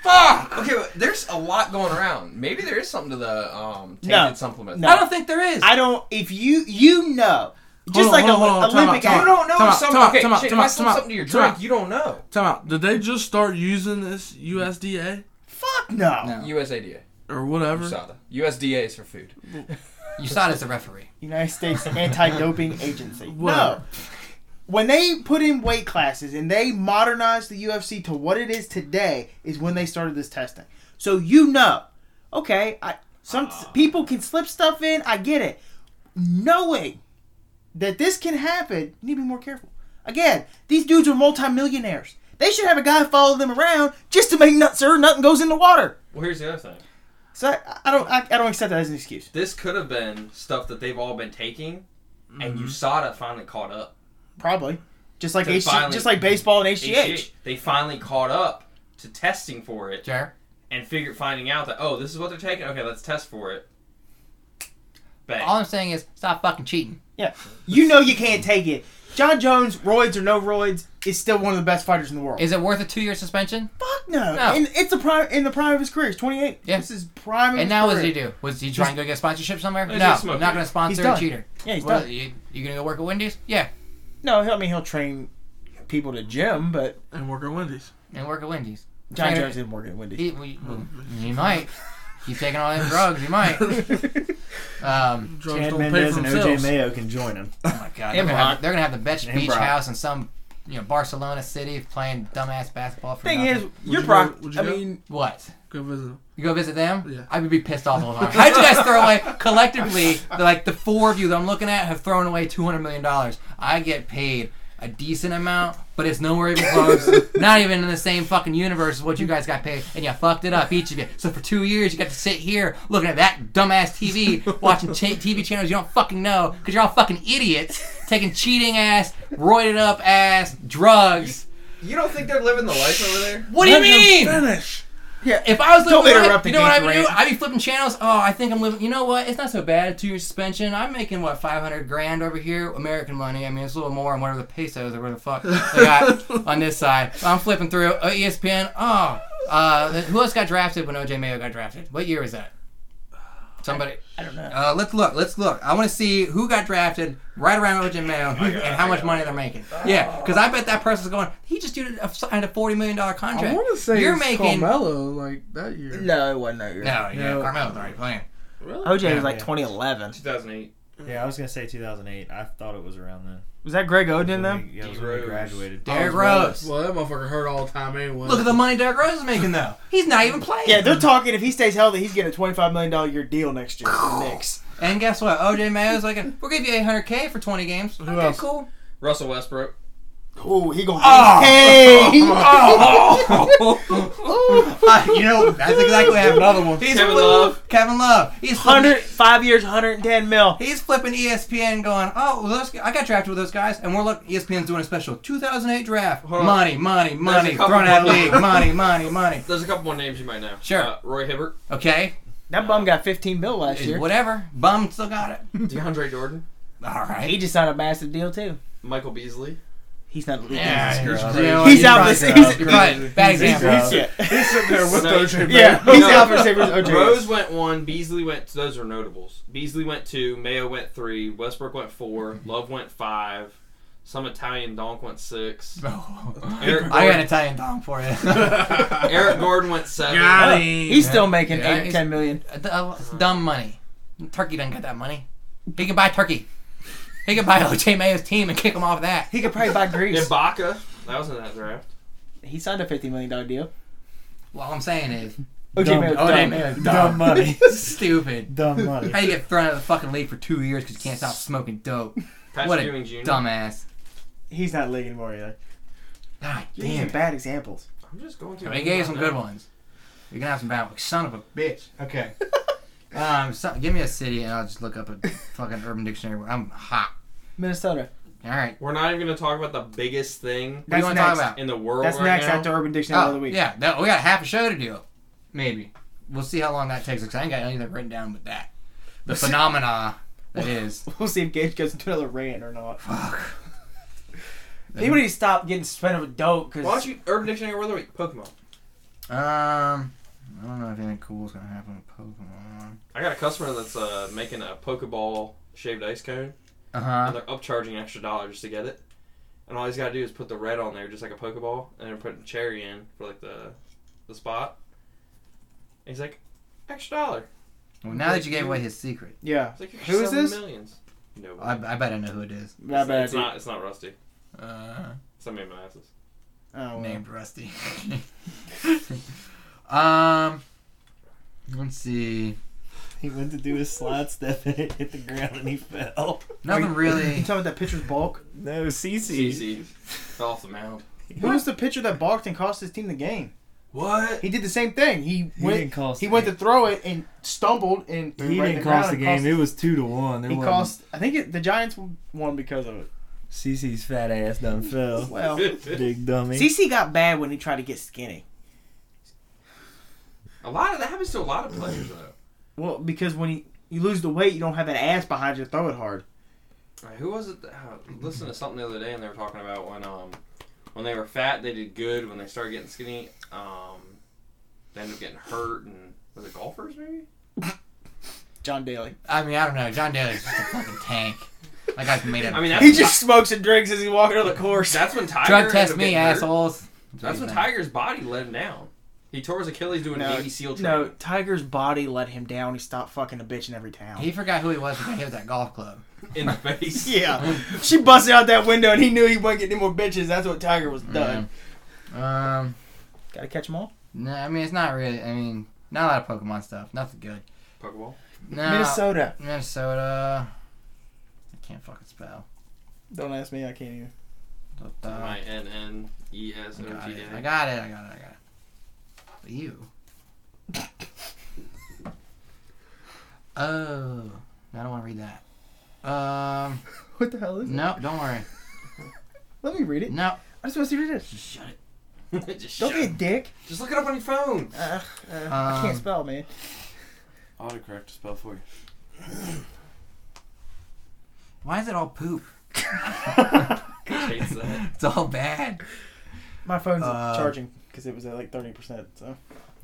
Fuck. Okay, well, there's a lot going around. Maybe there is something to the um tainted No. supplement. No. I don't think there is. I don't. If you you know, Hold just on, like hold on, Oli- hold on, time Olympic. out, time You athlete- don't know Time out, if something. time out, okay, time out, shit, time if I out, slip time out, something to your time drink, out. you don't know. Time out. Did they just start using this USDA Fuck no. No. USADA. or whatever? USADA. USDA is for food. USADA is the referee. United States Anti-Doping Agency. No. Whatever. When they put in weight classes and they modernized the UFC to what it is today, is when they started this testing. So you know, okay, I some people can slip stuff in. I get it. Knowing that this can happen, you need to be more careful. Again, these dudes are multimillionaires. They should have a guy follow them around just to make nuts sure nothing goes in the water. Well, here's the other thing. So I, I don't, I, I don't accept that as an excuse. This could have been stuff that they've all been taking, and USADA finally caught up. Probably, just like To HG, finally- just like baseball and HGH. HGH. They finally caught up to testing for it Jared? and figure finding out that oh, this is what they're taking. Okay, let's test for it. Bang. All I'm saying is stop fucking cheating. Yeah. You know you can't take it. John Jones, roids or no roids, is still one of the best fighters in the world. Is it worth a two year suspension? Fuck no. No. And it's a prime in the prime of his career. He's 28. Yeah. This is prime of And his now what career. did he do? Was he trying to go get sponsorship somewhere? he's No, just smoking. not going to He's sponsor a done. cheater. Yeah, he's Well, done. you, you going to go work at Wendy's? Yeah, No, he'll- I mean he'll train people to gym, but And work at Wendy's. and work at Wendy's. John Trainer- Jones didn't work at Wendy's. He, we, he might. He's taking all them drugs. He might. Um, Drugs Chad don't Mendez and pay for OJ themselves. Mayo can join him. oh my god, Hey, they're gonna, Brock. have, they're gonna have the best Hey, beach Brock. house in some, you know, Barcelona city playing dumbass basketball. For Thing nothing. is, you're you Brock. go- would you I go? mean, what? Go visit them. You go visit them? Yeah. I would be pissed off the whole time. How'd you guys throw away collectively? the- Like the four of you that I'm looking at have thrown away two hundred million dollars. I get paid a decent amount, but it's nowhere even close. Not even in the same fucking universe as what you guys got paid, and you fucked it up each of you. So for two years, you got to sit here looking at that dumbass TV, watching cha- TV channels you don't fucking know because you're all fucking idiots, taking cheating ass, roided up ass drugs. You don't think they're living the life over there? What do you Let them mean? Finish. If I was living Don't the life, interrupt you the know what I game, would do? Grant. I'd be flipping channels. Oh, I think I'm living. You know what? It's not so bad. A two-year suspension. I'm making what 500 grand over here, American money. I mean, it's a little more on whatever the pesos or whatever the fuck they got on this side. I'm flipping through uh, ESPN. Oh, uh, who else got drafted when OJ Mayo got drafted? What year was that? Somebody. I don't know. Uh, let's look. Let's look. I want to see who got drafted right around OJ Mayo Oh and how much money they're making. Yeah, because I bet that person's going. He just did a, signed a forty million dollar contract. I want to say you're it's making. Carmelo like that year. No, it wasn't that year. No, yeah, No. Carmelo's already playing. OJ Yeah, was like yeah. 2011. 2008. Yeah, I was gonna say 2008. I thought it was around then. Was that Greg Oden then? Yeah, it was D. when we Rose. graduated. Derrick Oh, Rose. Oh, Well, that motherfucker hurt all the time anyway. Look at the money Derrick Rose is making though. He's not even playing. Yeah, they're talking if he stays healthy, he's getting a $25 million year deal next year. from the Knicks. And guess what? OJ Mayo's like, we'll give you 800K for 20 games. okay, else? cool. Russell Westbrook. Ooh, he gonna. Ah! Hey, Uh, you know, that's exactly how another one. He's Kevin flipping- Love. Kevin Love. He's flipping, Hundred five years, hundred and ten mil. he's flipping E ESPN, going, "Oh, well, those, I got drafted with those guys, and we're look, E ESPN's doing a special 2008 draft. Hold on. Money, money, money, couple thrown out of more- league. Money, money, money. There's a couple more names you might know. Sure. Uh, Roy Hibbert. Okay, That bum got fifteen mil last year. whatever. Bum still got it. DeAndre Jordan. All He right. just signed a massive deal too. Michael Beasley. He's not. Yeah, He's you're- crazy. you know what, he's you're out probably this. right. He's, You're right. Bad example. gross. Yeah. He's sitting there with So- OJ yeah, Mayo. he's Oh, No. out for Sabres. Oh, OJ. Rose went one, Beasley went. So those are notables. Beasley went two, Mayo went three, Westbrook went four, Love went five, some Italian donk went six. Eric, I got an Gordon, Italian dong for you. Eric Gordon went seven. Got him. He's still making Yeah, eight or he's- ten million. Uh, it's dumb money. Turkey doesn't get that money. He could buy Turkey. He could buy OJ Mayo's team and kick him off that. He could probably buy Greece. Ibaka, that was in that draft. He signed a fifty million dollar deal. Well, all I'm saying is, OJ Mayo. OJ dumb. Mayo's Dumb dumb. money. Stupid. Dumb money. How you get thrown out of the fucking league for two years because you can't stop smoking dope? Patrick What a Ewing Jr. dumbass. He's not league anymore either. God You're damn using it. bad examples. I'm just going through. They gave you some good now. ones. You're gonna have some bad ones. Son of a bitch. Okay. um, so, give me a city and I'll just look up a fucking Urban Dictionary. I'm hot. Minnesota. All right. We're not even going to talk about the biggest thing What do you That's want to talk next. about? in the world That's right next now. after Urban Dictionary of Oh, the week. yeah. That, we got half a show to do. Maybe. We'll see how long that takes because I ain't got anything written down but that. The phenomena that is. We'll see if Gage goes into another rant or not. Fuck. People need to stop getting spent with dope Why don't because you Urban Dictionary Word of the Week? Pokemon. Um, I don't know if anything cool is going to happen with Pokemon. I got a customer that's uh, making a Pokeball shaved ice cone, Uh and huh. they're upcharging an extra dollar just to get it. And all he's got to do is put the red on there, just like a Pokeball, and then put a cherry in for like the the spot. And he's like, extra dollar. Well, now that you gave away his secret, yeah, It's like you're Who is selling this? Millions. No, I, I bet I know who it is. not bad. it's dude. not. It's not Rusty. Uh, Somebody molasses. Oh, well. named Rusty. um, let's see. He went to do his slide step and it hit the ground and he fell. Nothing You really. talking about that pitcher's bulk? No, CC. CC fell off the mound. Who was the pitcher that balked and cost his team the game? What? He did the same thing. He, He went. didn't cost he the went game. to throw it and stumbled and threw He it right in didn't ground cost the and game. cost- it was two to one. It he wasn't- cost. I think it, the Giants won because of it. CC's fat ass done fell. Well, Big dummy. CC got bad when he tried to get skinny. a lot of that happens to a lot of players though. well, because when he, you lose the weight, you don't have that ass behind you to throw it hard. Like, who was it? That, uh, listened to something the other day, and they were talking about when um when they were fat they did good. When they started getting skinny, um they ended up getting hurt. And was it golfers maybe? John Daly. I mean, I don't know. John Daly's just a fucking tank. Like I've made it. I mean He that's just smokes and drinks as he's walking on the course. that's when Tiger drug ended test up me, getting hurt. assholes. That's when Tiger's body let him down. He tore his Achilles doing No, Navy SEAL training. No, Tiger's body let him down. He stopped fucking a bitch in every town. He forgot who he was when he hit that golf club. in the face. yeah, she busted out that window, and he knew he wasn't getting any more bitches. That's what Tiger was done. Um, Gotta catch them all. no, I mean it's not really. I mean, not a lot of Pokemon stuff. Nothing good. Pokeball. No, Minnesota. Minnesota. I can't fucking spell. Don't ask me. I can't either. What the- My N N E S O I got T it. A. Uh, I got it. I got it. I got it. But you. oh, I don't want to read that. Um, What the hell is it? no, don't worry. Let me read it. No, I just want to see what it is. just shut it. just, Don't shut be a up. dick. just look it up on your phone. Uh, uh, I Um, can't spell, man. Autocorrect to spell for you. Why is it all poop? Hates that. It's all bad. My phone's uh, charging because it was at like thirty percent. So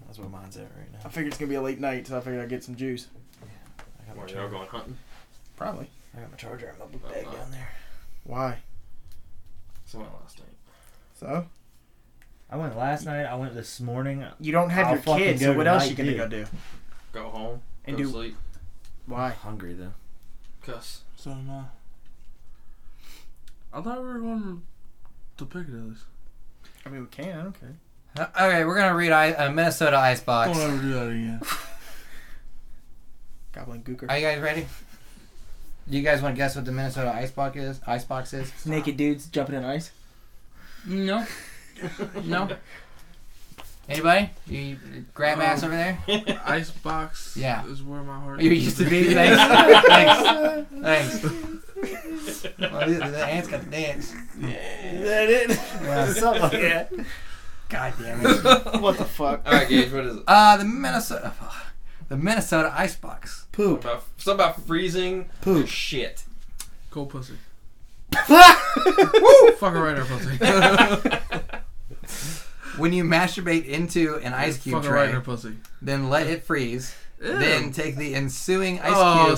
That's where mine's at right I now. figured it's gonna be a late night, so I figured I'd get some juice. I got my Where y'all charger, going hunting? Probably. I got my charger in my book Uh-uh. bag down there. Why? Someone last night. So I went last night. I went this morning. you don't have I'll your fucking kids. go So what else you tonight, gonna go do? Go home. And go do- sleep. Why? Hungry though. Cuss. So am I. I thought we were going to Piccadilly's. I mean, we can. I don't care. Uh, Okay, we're gonna read I- uh, Minnesota Icebox. Don't ever do that again. Goblin Gooker. Are you guys ready? You guys want to guess what the Minnesota Icebox is? Icebox is? Naked dudes jumping in ice. No. no. Anybody? You grab ass over there? Icebox Yeah. is where my heart You used to be. Thanks. Thanks. Thanks. Well, the, the ants got the dance. Is that it? Well, Something like that. God damn it. What the fuck? All right, Gage, what is it? Uh, the Minnesota. The Minnesota Icebox. Poop. About, something about freezing Poop. shit. Cold pussy. Fuck her right in her pussy. When you masturbate into an ice cube Fuck her right in tray, her pussy. then let it freeze. Ew. Then take the ensuing ice oh, cube.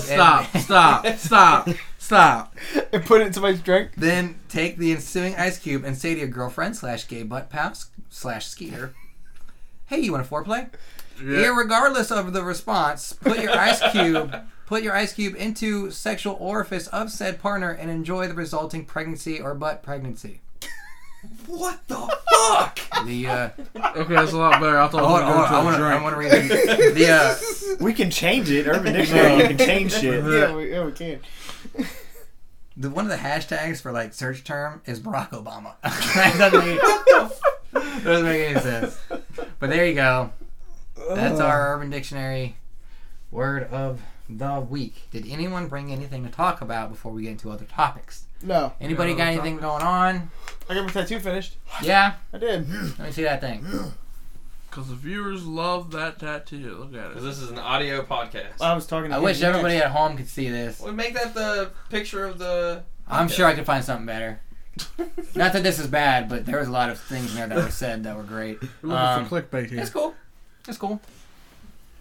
stop, And stop, stop, stop. And put it in somebody's drink. then take the ensuing ice cube and say to your girlfriend slash gay butt pal slash skeeter, "Hey, you want a foreplay?" Yeah. Irregardless of the response, put your ice cube put your ice cube into sexual orifice of said partner and enjoy the resulting pregnancy or butt pregnancy. What the fuck? The uh, Okay, that's a lot better. I thought hold I on, hold was on, I going want to to a I drink. want to read the, the uh, We can change it. Urban Dictionary, you can change shit. Yeah, we, yeah, we can. the one of the hashtags for like search term is Barack Obama. that doesn't make, doesn't make any sense. But there you go. That's our Urban Dictionary word of the week. Did anyone bring anything to talk about before we get into other topics? No. Anybody No got anything going on? I got my tattoo finished. Yeah, I did. let me see that thing. Because the viewers love that tattoo. Look at 'Cause it. This is an audio podcast. I was talking. To I you. wish everybody at home could see this. we make that the picture of the. I'm sure I could find something better. Not that this is bad, but there was a lot of things in there that were said that were great. We're looking Um, for clickbait here. It's cool. It's cool.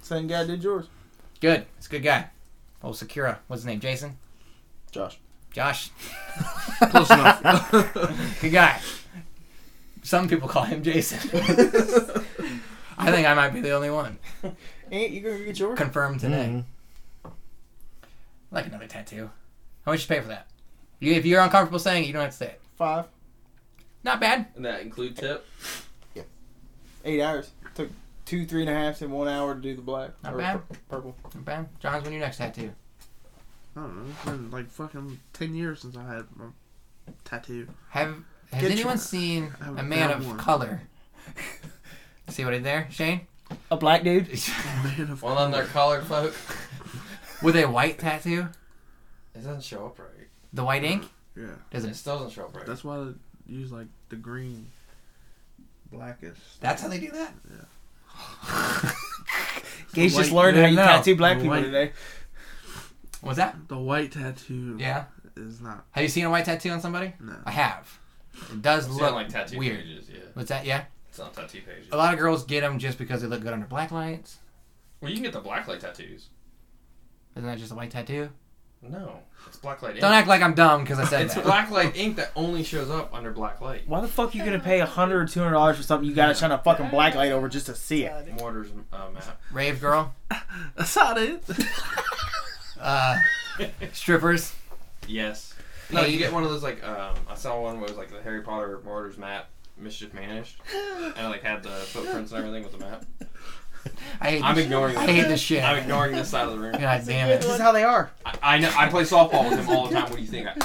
Same guy did yours. Good. It's a good guy. Oh, Sakura. What's his name? Jason? Josh. Josh. Close enough. Good guy. Some people call him Jason. I think I might be the only one. Ain't you gonna get yours? Confirmed today. Mm-hmm. Like another tattoo. How much you pay for that? You, if you're uncomfortable saying it, you don't have to say it. Five, Not bad. And that include tip. eight hours. Took two, three and a half, and one hour to do the black. Not or bad. pur- Purple. Not bad. John's, when your next tattoo? I don't know. It's been like fucking 10 years since I had my tattoo. Have has Get anyone your- seen I a haven't man got of one. color? See what I did there, Shane? A black dude. Man of One on their collared folk. With a white tattoo, It doesn't show up right. the white ink Yeah. does It it. still doesn't show up right. That's why they use like the green, blackish. That's how they do that. Gage just white- learned how you no. tattoo black The people white- today. What's that? The white tattoo Yeah. is not. Have you seen a white tattoo on somebody? No. I have. It does It's look on like tattoo weird. pages. Yeah, What's that? Yeah. it's on tattoo pages. A lot of girls get them just because they look good under black lights. Well, you can get the blacklight tattoos. Isn't that just a white tattoo? No, it's blacklight. Don't ink. act like I'm dumb because I said It's that. blacklight ink that only shows up under blacklight. Why the fuck you gonna pay a hundred or two hundred dollars for something you gotta shine a fucking black light over just to see it? Mortar's uh, map. Rave girl, That's not it. uh, strippers. Yes. No, Hey. you get one of those like um, I saw one where it was like the Harry Potter Mortar's map, mischief managed, and it, like had the footprints and everything with the map. I hate. I'm this, ignoring. I this. hate this shit. I'm ignoring this side of the room. God damn it. This is how they are. I, I know. I play softball with him all the time. What do you think? I...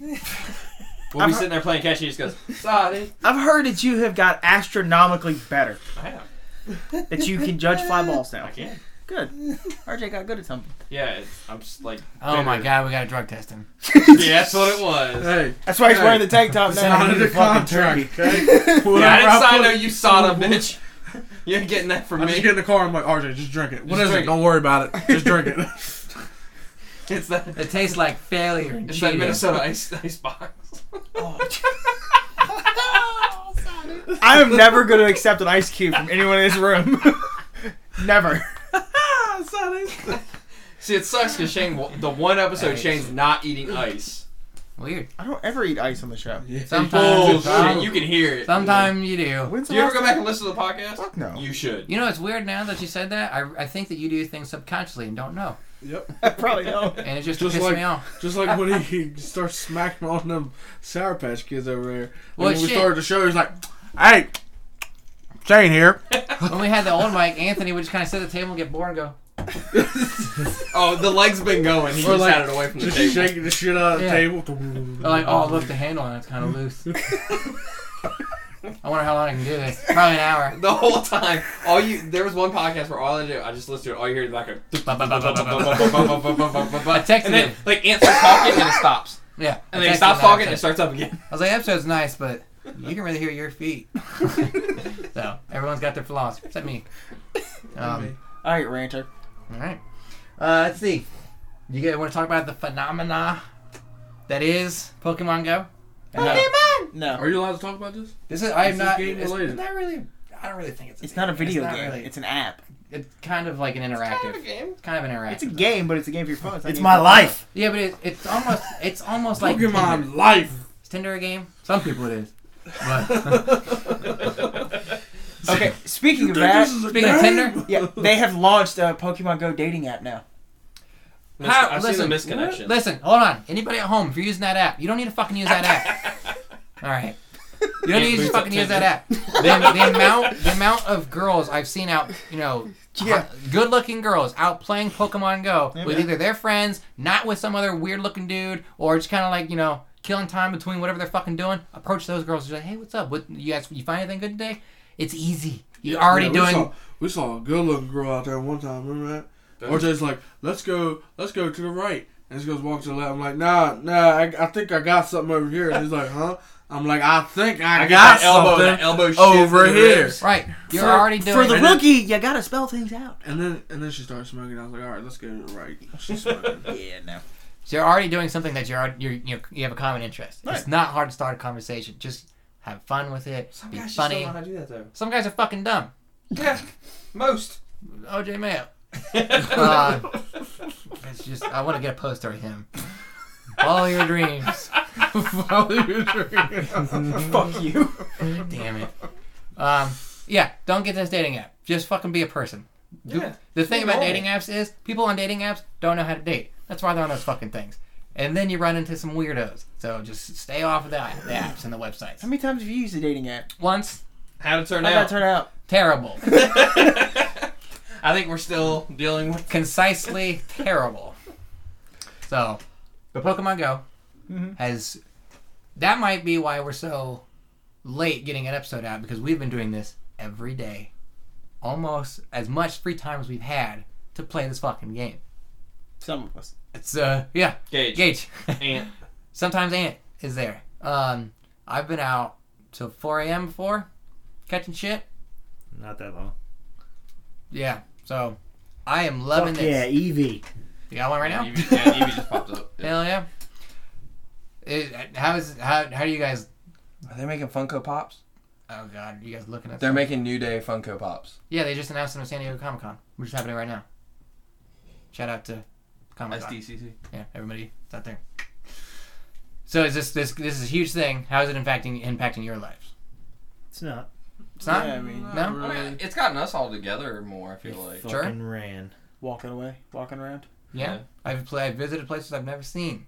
We'll be sitting there playing catch, and he just goes, "Sorry." I've heard that you have got astronomically better. I have. That you can judge fly balls I now. can. Good. RJ got good at something. Yeah, it's, I'm just like. Oh my bitter. god, we gotta drug test him. Yeah, that's what it was. hey, That's why he's wearing the tank top it's not now. in the contract. Okay? Yeah, I Whatever didn't I sign put- no you saw it, bitch. You ain't getting that from I'm just me. getting in the car. I'm like, RJ, just drink it. What Just is drink it? it. Don't worry about it. Just drink it. It's that. It tastes like failure. and It's that cheating. Minnesota ice ice box. I am never going to accept an ice cube from anyone in this room. never. See, it sucks because Shane, the one episode Shane's not eating ice. Weird. I don't ever eat ice on the show. Sometimes, Oh, you can hear it. sometimes you do. When's the Do you ever last go time- back and listen to the podcast? Fuck no. You should. You know, it's weird now that you said that. I, I think that you do things subconsciously and don't know, I probably don't. and it just, Just pisses like- me off. Just like when he, he starts smacking on them Sour Patch Kids over there. And Well, when we shit. started the show, he's like, hey, Shane here. When we had the old mic, Anthony would just kind of sit at the table and get bored and go, Oh, the leg's been going. He Or just like- had it away from the Just table. shaking the shit out of the Yeah. table. They're like, oh, look, the handle on it's kind of loose. I wonder how long I can do this. Probably an hour. The whole time, all you there was one podcast where all I did, I just listened to it. All you hear is like a, I texted and then him. like Ant starts talking and it stops, Yeah. and I then he texted stops him that talking and it episode. starts up again. I was like, episode's nice, but you can really hear your feet. so everyone's got their flaws, except me. Um, All right, ranter. all right. Uh, let's see. You guys want to talk about the phenomena that is Pokemon Go? And no, No, Are you allowed to talk about this? this is. I'm Is this not. game It's related? it's not really. I don't really think it's. A it's game. not a video not game. really- It's an app. It's kind of like an interactive. It's game. kind of an interactive. It's a game, but it's a game for your phone. not It's even- my life. Yeah, but it, it's almost. It's almost like Tinder. Pokemon Life. Is Tinder a game? Some people it is. But Okay, speaking of that, This is a speaking of game? Tinder, yeah, they have launched a Pokemon Go dating app now. How- I've listen, seen the misconnection. Listen, hold on. Anybody at home, if you're using that app, you don't need to fucking use that app. All right. You don't Yeah, need to boots fucking up use that app. The, the amount, the amount of girls I've seen out, you know, Yeah. good-looking girls out playing Pokemon Go with man. either their friends, not with some other weird-looking dude, or just kind of like you know killing time between whatever they're fucking doing. Approach those girls, just like, hey, what's up? What you guys? You find anything good today? It's easy. You're already Yeah, we doing. Saw, we saw a good-looking girl out there one time. Remember that? RJ's like, let's go, let's go to the right, and she goes walk to the left. I'm like, nah, nah, I, I think I got something over here. And he's like, huh? I'm like, I think I, I got, got that elbow, something that elbow shit over in the here. ribs. Right. You're For- already doing. For the And then- rookie, you gotta spell things out. And then and then she started smoking. I was like, all right, let's go to the right. She's smoking. Yeah, no. So you're already doing something that you're you're, you're you have a common interest. It's not hard to start a conversation. Just have fun with it. Some be guys just don't funny. know how to do that though. Some guys are fucking dumb. Yeah, most. OJ Mayo. uh, it's just I want to get a poster of him. Follow your dreams. Follow your dreams. Fuck you. Damn it. Um, yeah, don't get this dating app. Just fucking be a person. Do- Yeah. The thing Be about normal. dating apps is people on dating apps don't know how to date. That's why they're on those fucking things. And then you run into some weirdos. So just stay off of the, the apps and the How websites. many times have you used a dating app? Once, How to turn How'd out? that turn out? terrible. I think we're still dealing with. Concisely terrible. So, but Pokemon Go Mm-hmm. has. That might be why we're so late getting an episode out because we've been doing this every day, almost as much free time as we've had to play this fucking game. Some of us. It's uh yeah, Gage. Gage. Ant. Sometimes Ant is there. Um, I've been out till 4 a.m. before, catching shit. Not that long. Yeah, so I am loving Fuck this. yeah, E Eevee. You got one right now? Evie, yeah, Evie just popped up. Hell yeah. It, how is how how do you guys? Are they making Funko Pops? Oh god, you guys looking at? They're stuff? making New Day Funko Pops. Yeah, they just announced it on San Diego Comic Con, which is happening right now. Shout out to Comic Con. SDCC. Yeah, everybody that's out there. So is this this this is a huge thing? How is it impacting impacting your lives? It's not. It's not. Yeah, I mean, No? Not I mean, it's gotten us all together more. I feel like. Sure. Fucking ran. walking away, walking around. Yeah. Yeah. I've played. I've visited places I've never seen.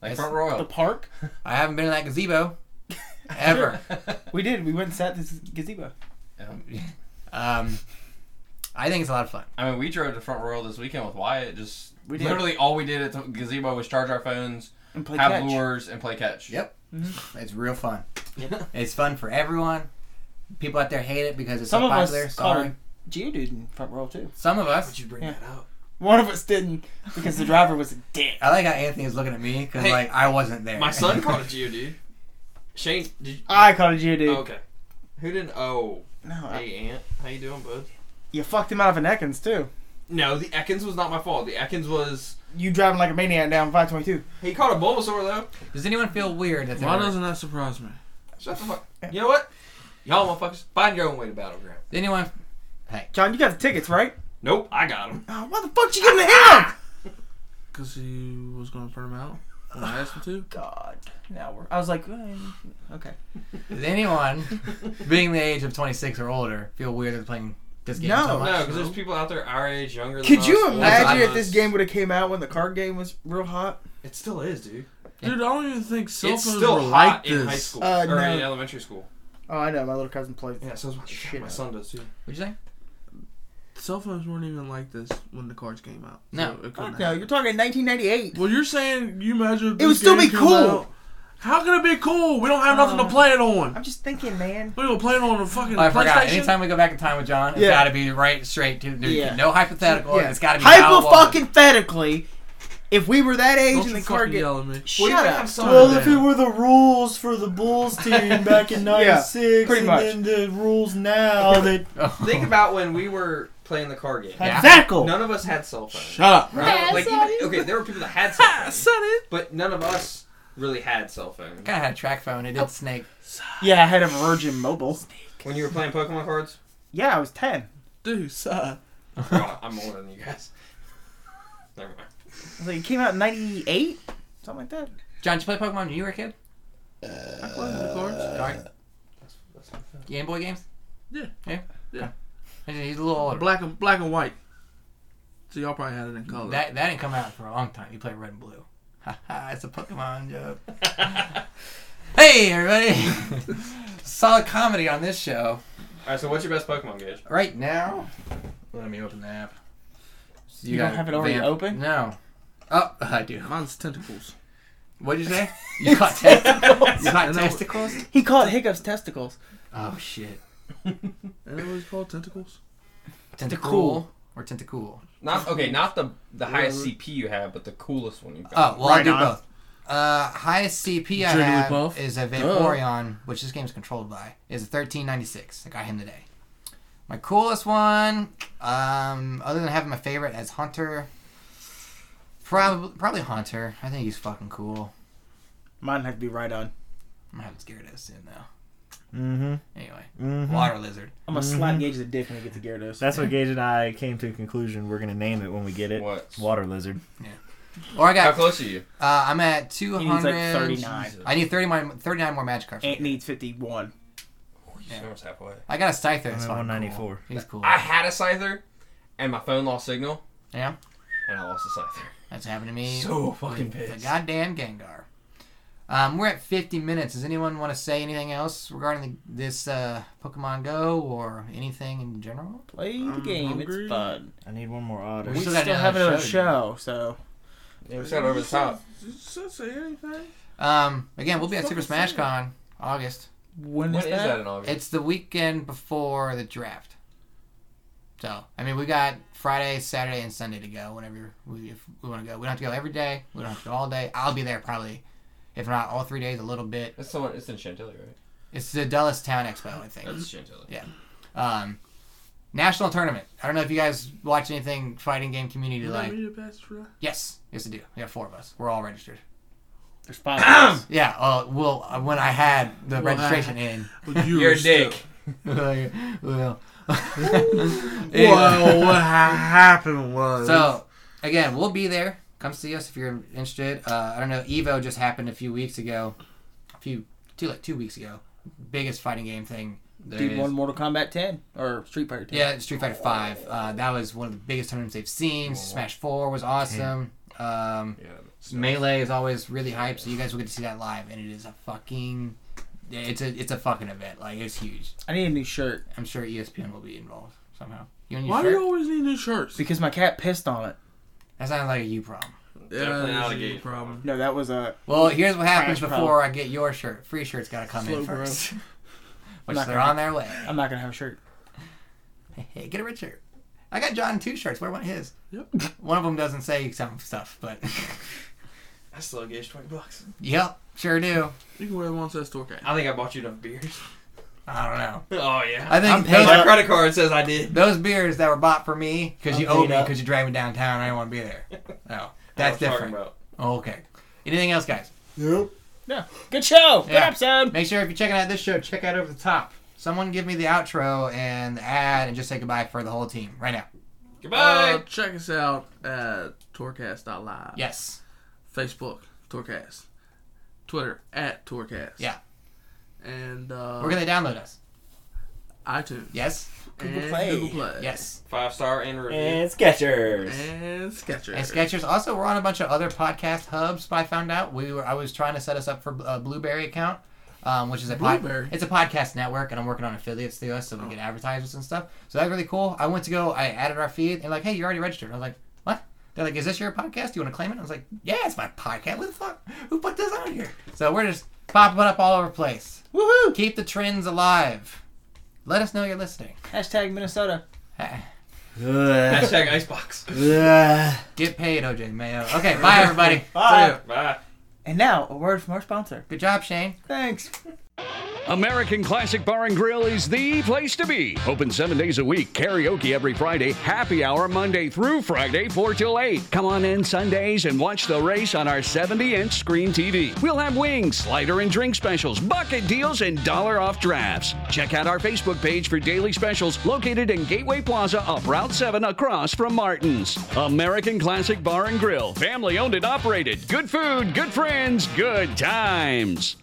Like It's- Front The Royal. park? I haven't been in that gazebo ever. We did. We went and sat at this gazebo. um, I think it's a lot of fun. I mean, we drove to Front Royal this weekend with Wyatt. Just We did. literally all we did at the gazebo was charge our phones, And played have catch. lures, and play catch. Yep. It's real fun. It's fun for everyone. People out there hate it because it's Some so of us popular. caught Sorry. a geodude in front row too. Some of us. bring Yeah. that up? One of us didn't because the driver was a dick. I like how Anthony is looking at me because Hey, like I wasn't there. My son caught a geodude. Shane, did you? I caught a geodude. Oh, okay. Who didn't? Oh, No, I, hey, Aunt. How you doing, bud? you fucked him out of an Ekans too. No, the Ekans was not my fault. The Ekans was. You driving like a maniac down 522. He caught a Bulbasaur though. Does anyone feel weird that Why they're? Does doesn't that surprise me? Shut the fuck. You know what? Y'all motherfuckers, find your own way to battleground. anyone? John, you got the tickets, right? Nope, I got him. Oh, why the fuck you give him to him? Cause he was gonna print them out when I asked him to. God. Now we're. I was like, eh, okay. Does anyone, being the age of 26 or older, feel weird at playing this game No. so No, much? because there's people out there our age, younger. Than Could us, you older imagine than if this us. game would have came out when the card game was real hot? It still is, dude. Dude, I don't even think cell It's phones still were hot like in high this. school Uh, or no. in elementary school. Oh, I know. My little cousin plays. Yeah, so is my, Shit. my son does too. What'd you say? cell phones weren't even like this when the cards came out. No. So it couldn't Fuck no, you're talking 1998. Well, you're saying you imagine It would still be cool. How can it be cool? We don't have nothing to play it on. I'm just thinking, man. We don't play it on a fucking Uh-huh. Oh, I forgot. PlayStation. Anytime we go back in time with John, it's Yeah. got to be right straight to. There's Yeah. no hypothetical. Yeah. It's got to be how it was. Hypothetically, if we were that age Don't and you the car fucking get yell at me. shut do you up. have some Well, of if them? it were the rules for the Bulls team back in '96, pretty and much. then the rules now that Think about when we were playing the card game. Yeah. Exactly. None of us had cell phones. Shut up. None of- like, even, okay, there were people that had cell phones, but none of us really had cell phones. Kind of had a track phone. It did snake. Yeah, I had a Virgin Mobile. When you were playing Pokemon cards, Yeah, I was 10. Dude, suck. God, I'm older than you guys. Never mind. So it came out in 98? Something like that. John, did you play Pokemon when you were a kid? I play with the cards. Darn. Game Boy games. Yeah. Yeah. Yeah. Okay. He's a little older. Black and black and white. So y'all probably had it in color. That that didn't come out for a long time. You play Red and Blue. Ha ha! It's a Pokemon joke. hey everybody! Solid comedy on this show. Alright, so what's your best Pokemon gauge? Right now, let me open the app. You, don't got have it already vamp- open? No. Oh, I do. Mine's tentacles. What'd you say? You got testicles. you got And I- testicles. He called Hiccup's testicles. Oh shit! Isn't that what it's called? Tentacles? Tentacool or tentacool? Not okay, not the the highest CP you have, but the coolest one you've Oh, got. well, I Right do on. both. Uh, highest CP I have Jigglypuff. is Oh. a Vaporeon, which this game's controlled by. Is a thirteen ninety six. I got him today. My coolest one, um, other than having my favorite as Hunter, probably probably Hunter. I think he's fucking cool. Mine had to be right on. I'm having Gyarados soon though. Mm-hmm. Anyway, Mhm. water lizard. I'm gonna slide Gage the dick when he gets to Gyarados. That's what Gage and I came to a conclusion. We're gonna name it when we get it. What? Water lizard. Or I How got. Uh, close are you? I'm at two he needs hundred. like 39. I need 30 more, 39 more Magikarp. It needs 51. You're almost halfway. I got a Scyther. It's I'm at fucking 194. Cool. He's cool. I had a Scyther, and my phone lost signal, Yeah, and I lost the Scyther. that's happened to me. So fucking The pissed. goddamn Gengar. Um, we're at 50 minutes. Does anyone want to say anything else regarding the, this uh, Pokemon Go or anything in general? Play the I'm game. hungry. It's fun. I need one more otter. We We, still still, got have another another show show, so It was kind of over the top. Did you say anything? Um, again, we'll be at Fucking Super Smash say it. Con August. when When is is that? that in August? It's the weekend before the draft. So, I mean, we got Friday, Saturday, and Sunday to go whenever we, if we want to go. We don't have to go every day. We don't have to go all day. I'll be there probably, if not all three days, a little bit. It's someone. It's in Chantilly, right? It's the Dulles Town Expo, I think. That's Chantilly. Yeah. Um, national tournament. I don't know if you guys watch anything fighting game community You like. want me to pass for that? Yes, yes, I do. We got four of us. We're all registered. There's five. of us. Yeah. Uh, well, uh, when I had the Well, I- registration in. But you You're were a dick. still- well. Well, what ha- happened was. So, again, we'll be there. Come see us if you're interested. Uh, I don't know. Evo just happened a few weeks ago. A few, two like two weeks ago. Biggest fighting game thing. there Dude, is. one Mortal Kombat 10 or Street Fighter 10. Yeah, Street Fighter Five. Uh, that was one of the biggest tournaments they've seen. Smash Four was awesome. Um, Yeah. it's- Melee is always really hype, so you guys will get to see that live, and it is a fucking, it's a it's a fucking event. Like it's huge. I need a new shirt I'm sure E ESPN will be involved somehow. You and your Why do shirt? you always need new shirts? because my cat pissed on it. That sounds like a you problem. Definitely Yeah, not this a is gauge problem. No, that was a. Well, here's what happens Trash before I get your shirt. Free shirts gotta come in Slow first, growth. which Not they're gonna- on their way. I'm not gonna have a shirt. Hey, get a red shirt. I got John two shirts. Where one his? Yep. One of them doesn't say some stuff, but I still gauge twenty bucks. yep, sure do. You can wear the ones that store cat. I think I bought you enough beers. I don't know. Oh yeah. I think I'm those- paying my credit card says I did. Those beers that were bought for me because you I'm owe me paid up. because you drag me downtown. I didn't want to be there. No, that's I know Oh, what I'm different. talking about. Okay. Anything else, guys? Yep. Good Oh, show. Good Yeah. episode. Make sure if you're checking out this show, check out over the top. Someone give me the outro and the ad and just say goodbye for the whole team right now. Goodbye. Uh, check us out at tourcast.live. Yes. Facebook, Tourcast. Twitter, at Tourcast. Yeah. And uh, Where can they download us? iTunes. Yes. Google Play. Google Play. Yes. Five star and review. And Skechers. And Sketcher. And Skechers. Also, we're on a bunch of other podcast hubs. I found out we were. I was trying to set us up for a Blueberry account. um, which is a pod- Blueberry. it's a podcast network, and I'm working on affiliates through us so Oh. we get advertisements and stuff. So that's really cool. I went to go, I added our feed, and like, hey, you're already registered. I was like, what? They're like, is this your podcast? Do you want to claim it? I was like, yeah, it's my podcast. What the fuck? Who put this on here? So we're just popping up all over the place. Woohoo! Keep the trends alive. Let us know you're listening. Hashtag Minnesota. Hashtag Icebox. Get paid, OJ Mayo. Okay, bye everybody. Bye. Bye. And now a word from our sponsor. Good job, Shane. Thanks. American Classic Bar and Grill is the place to be. Open seven days a week, karaoke every Friday, happy hour Monday through Friday, 4 till 8. Come on in Sundays and watch the race on our 70 inch screen TV. We'll have wings, slider and drink specials, bucket deals, and dollar off drafts. Check out our Facebook page for daily specials located in Gateway Plaza off Route 7 across from Martin's. American Classic Bar and Grill, family owned and operated. Good food, good friends, good times.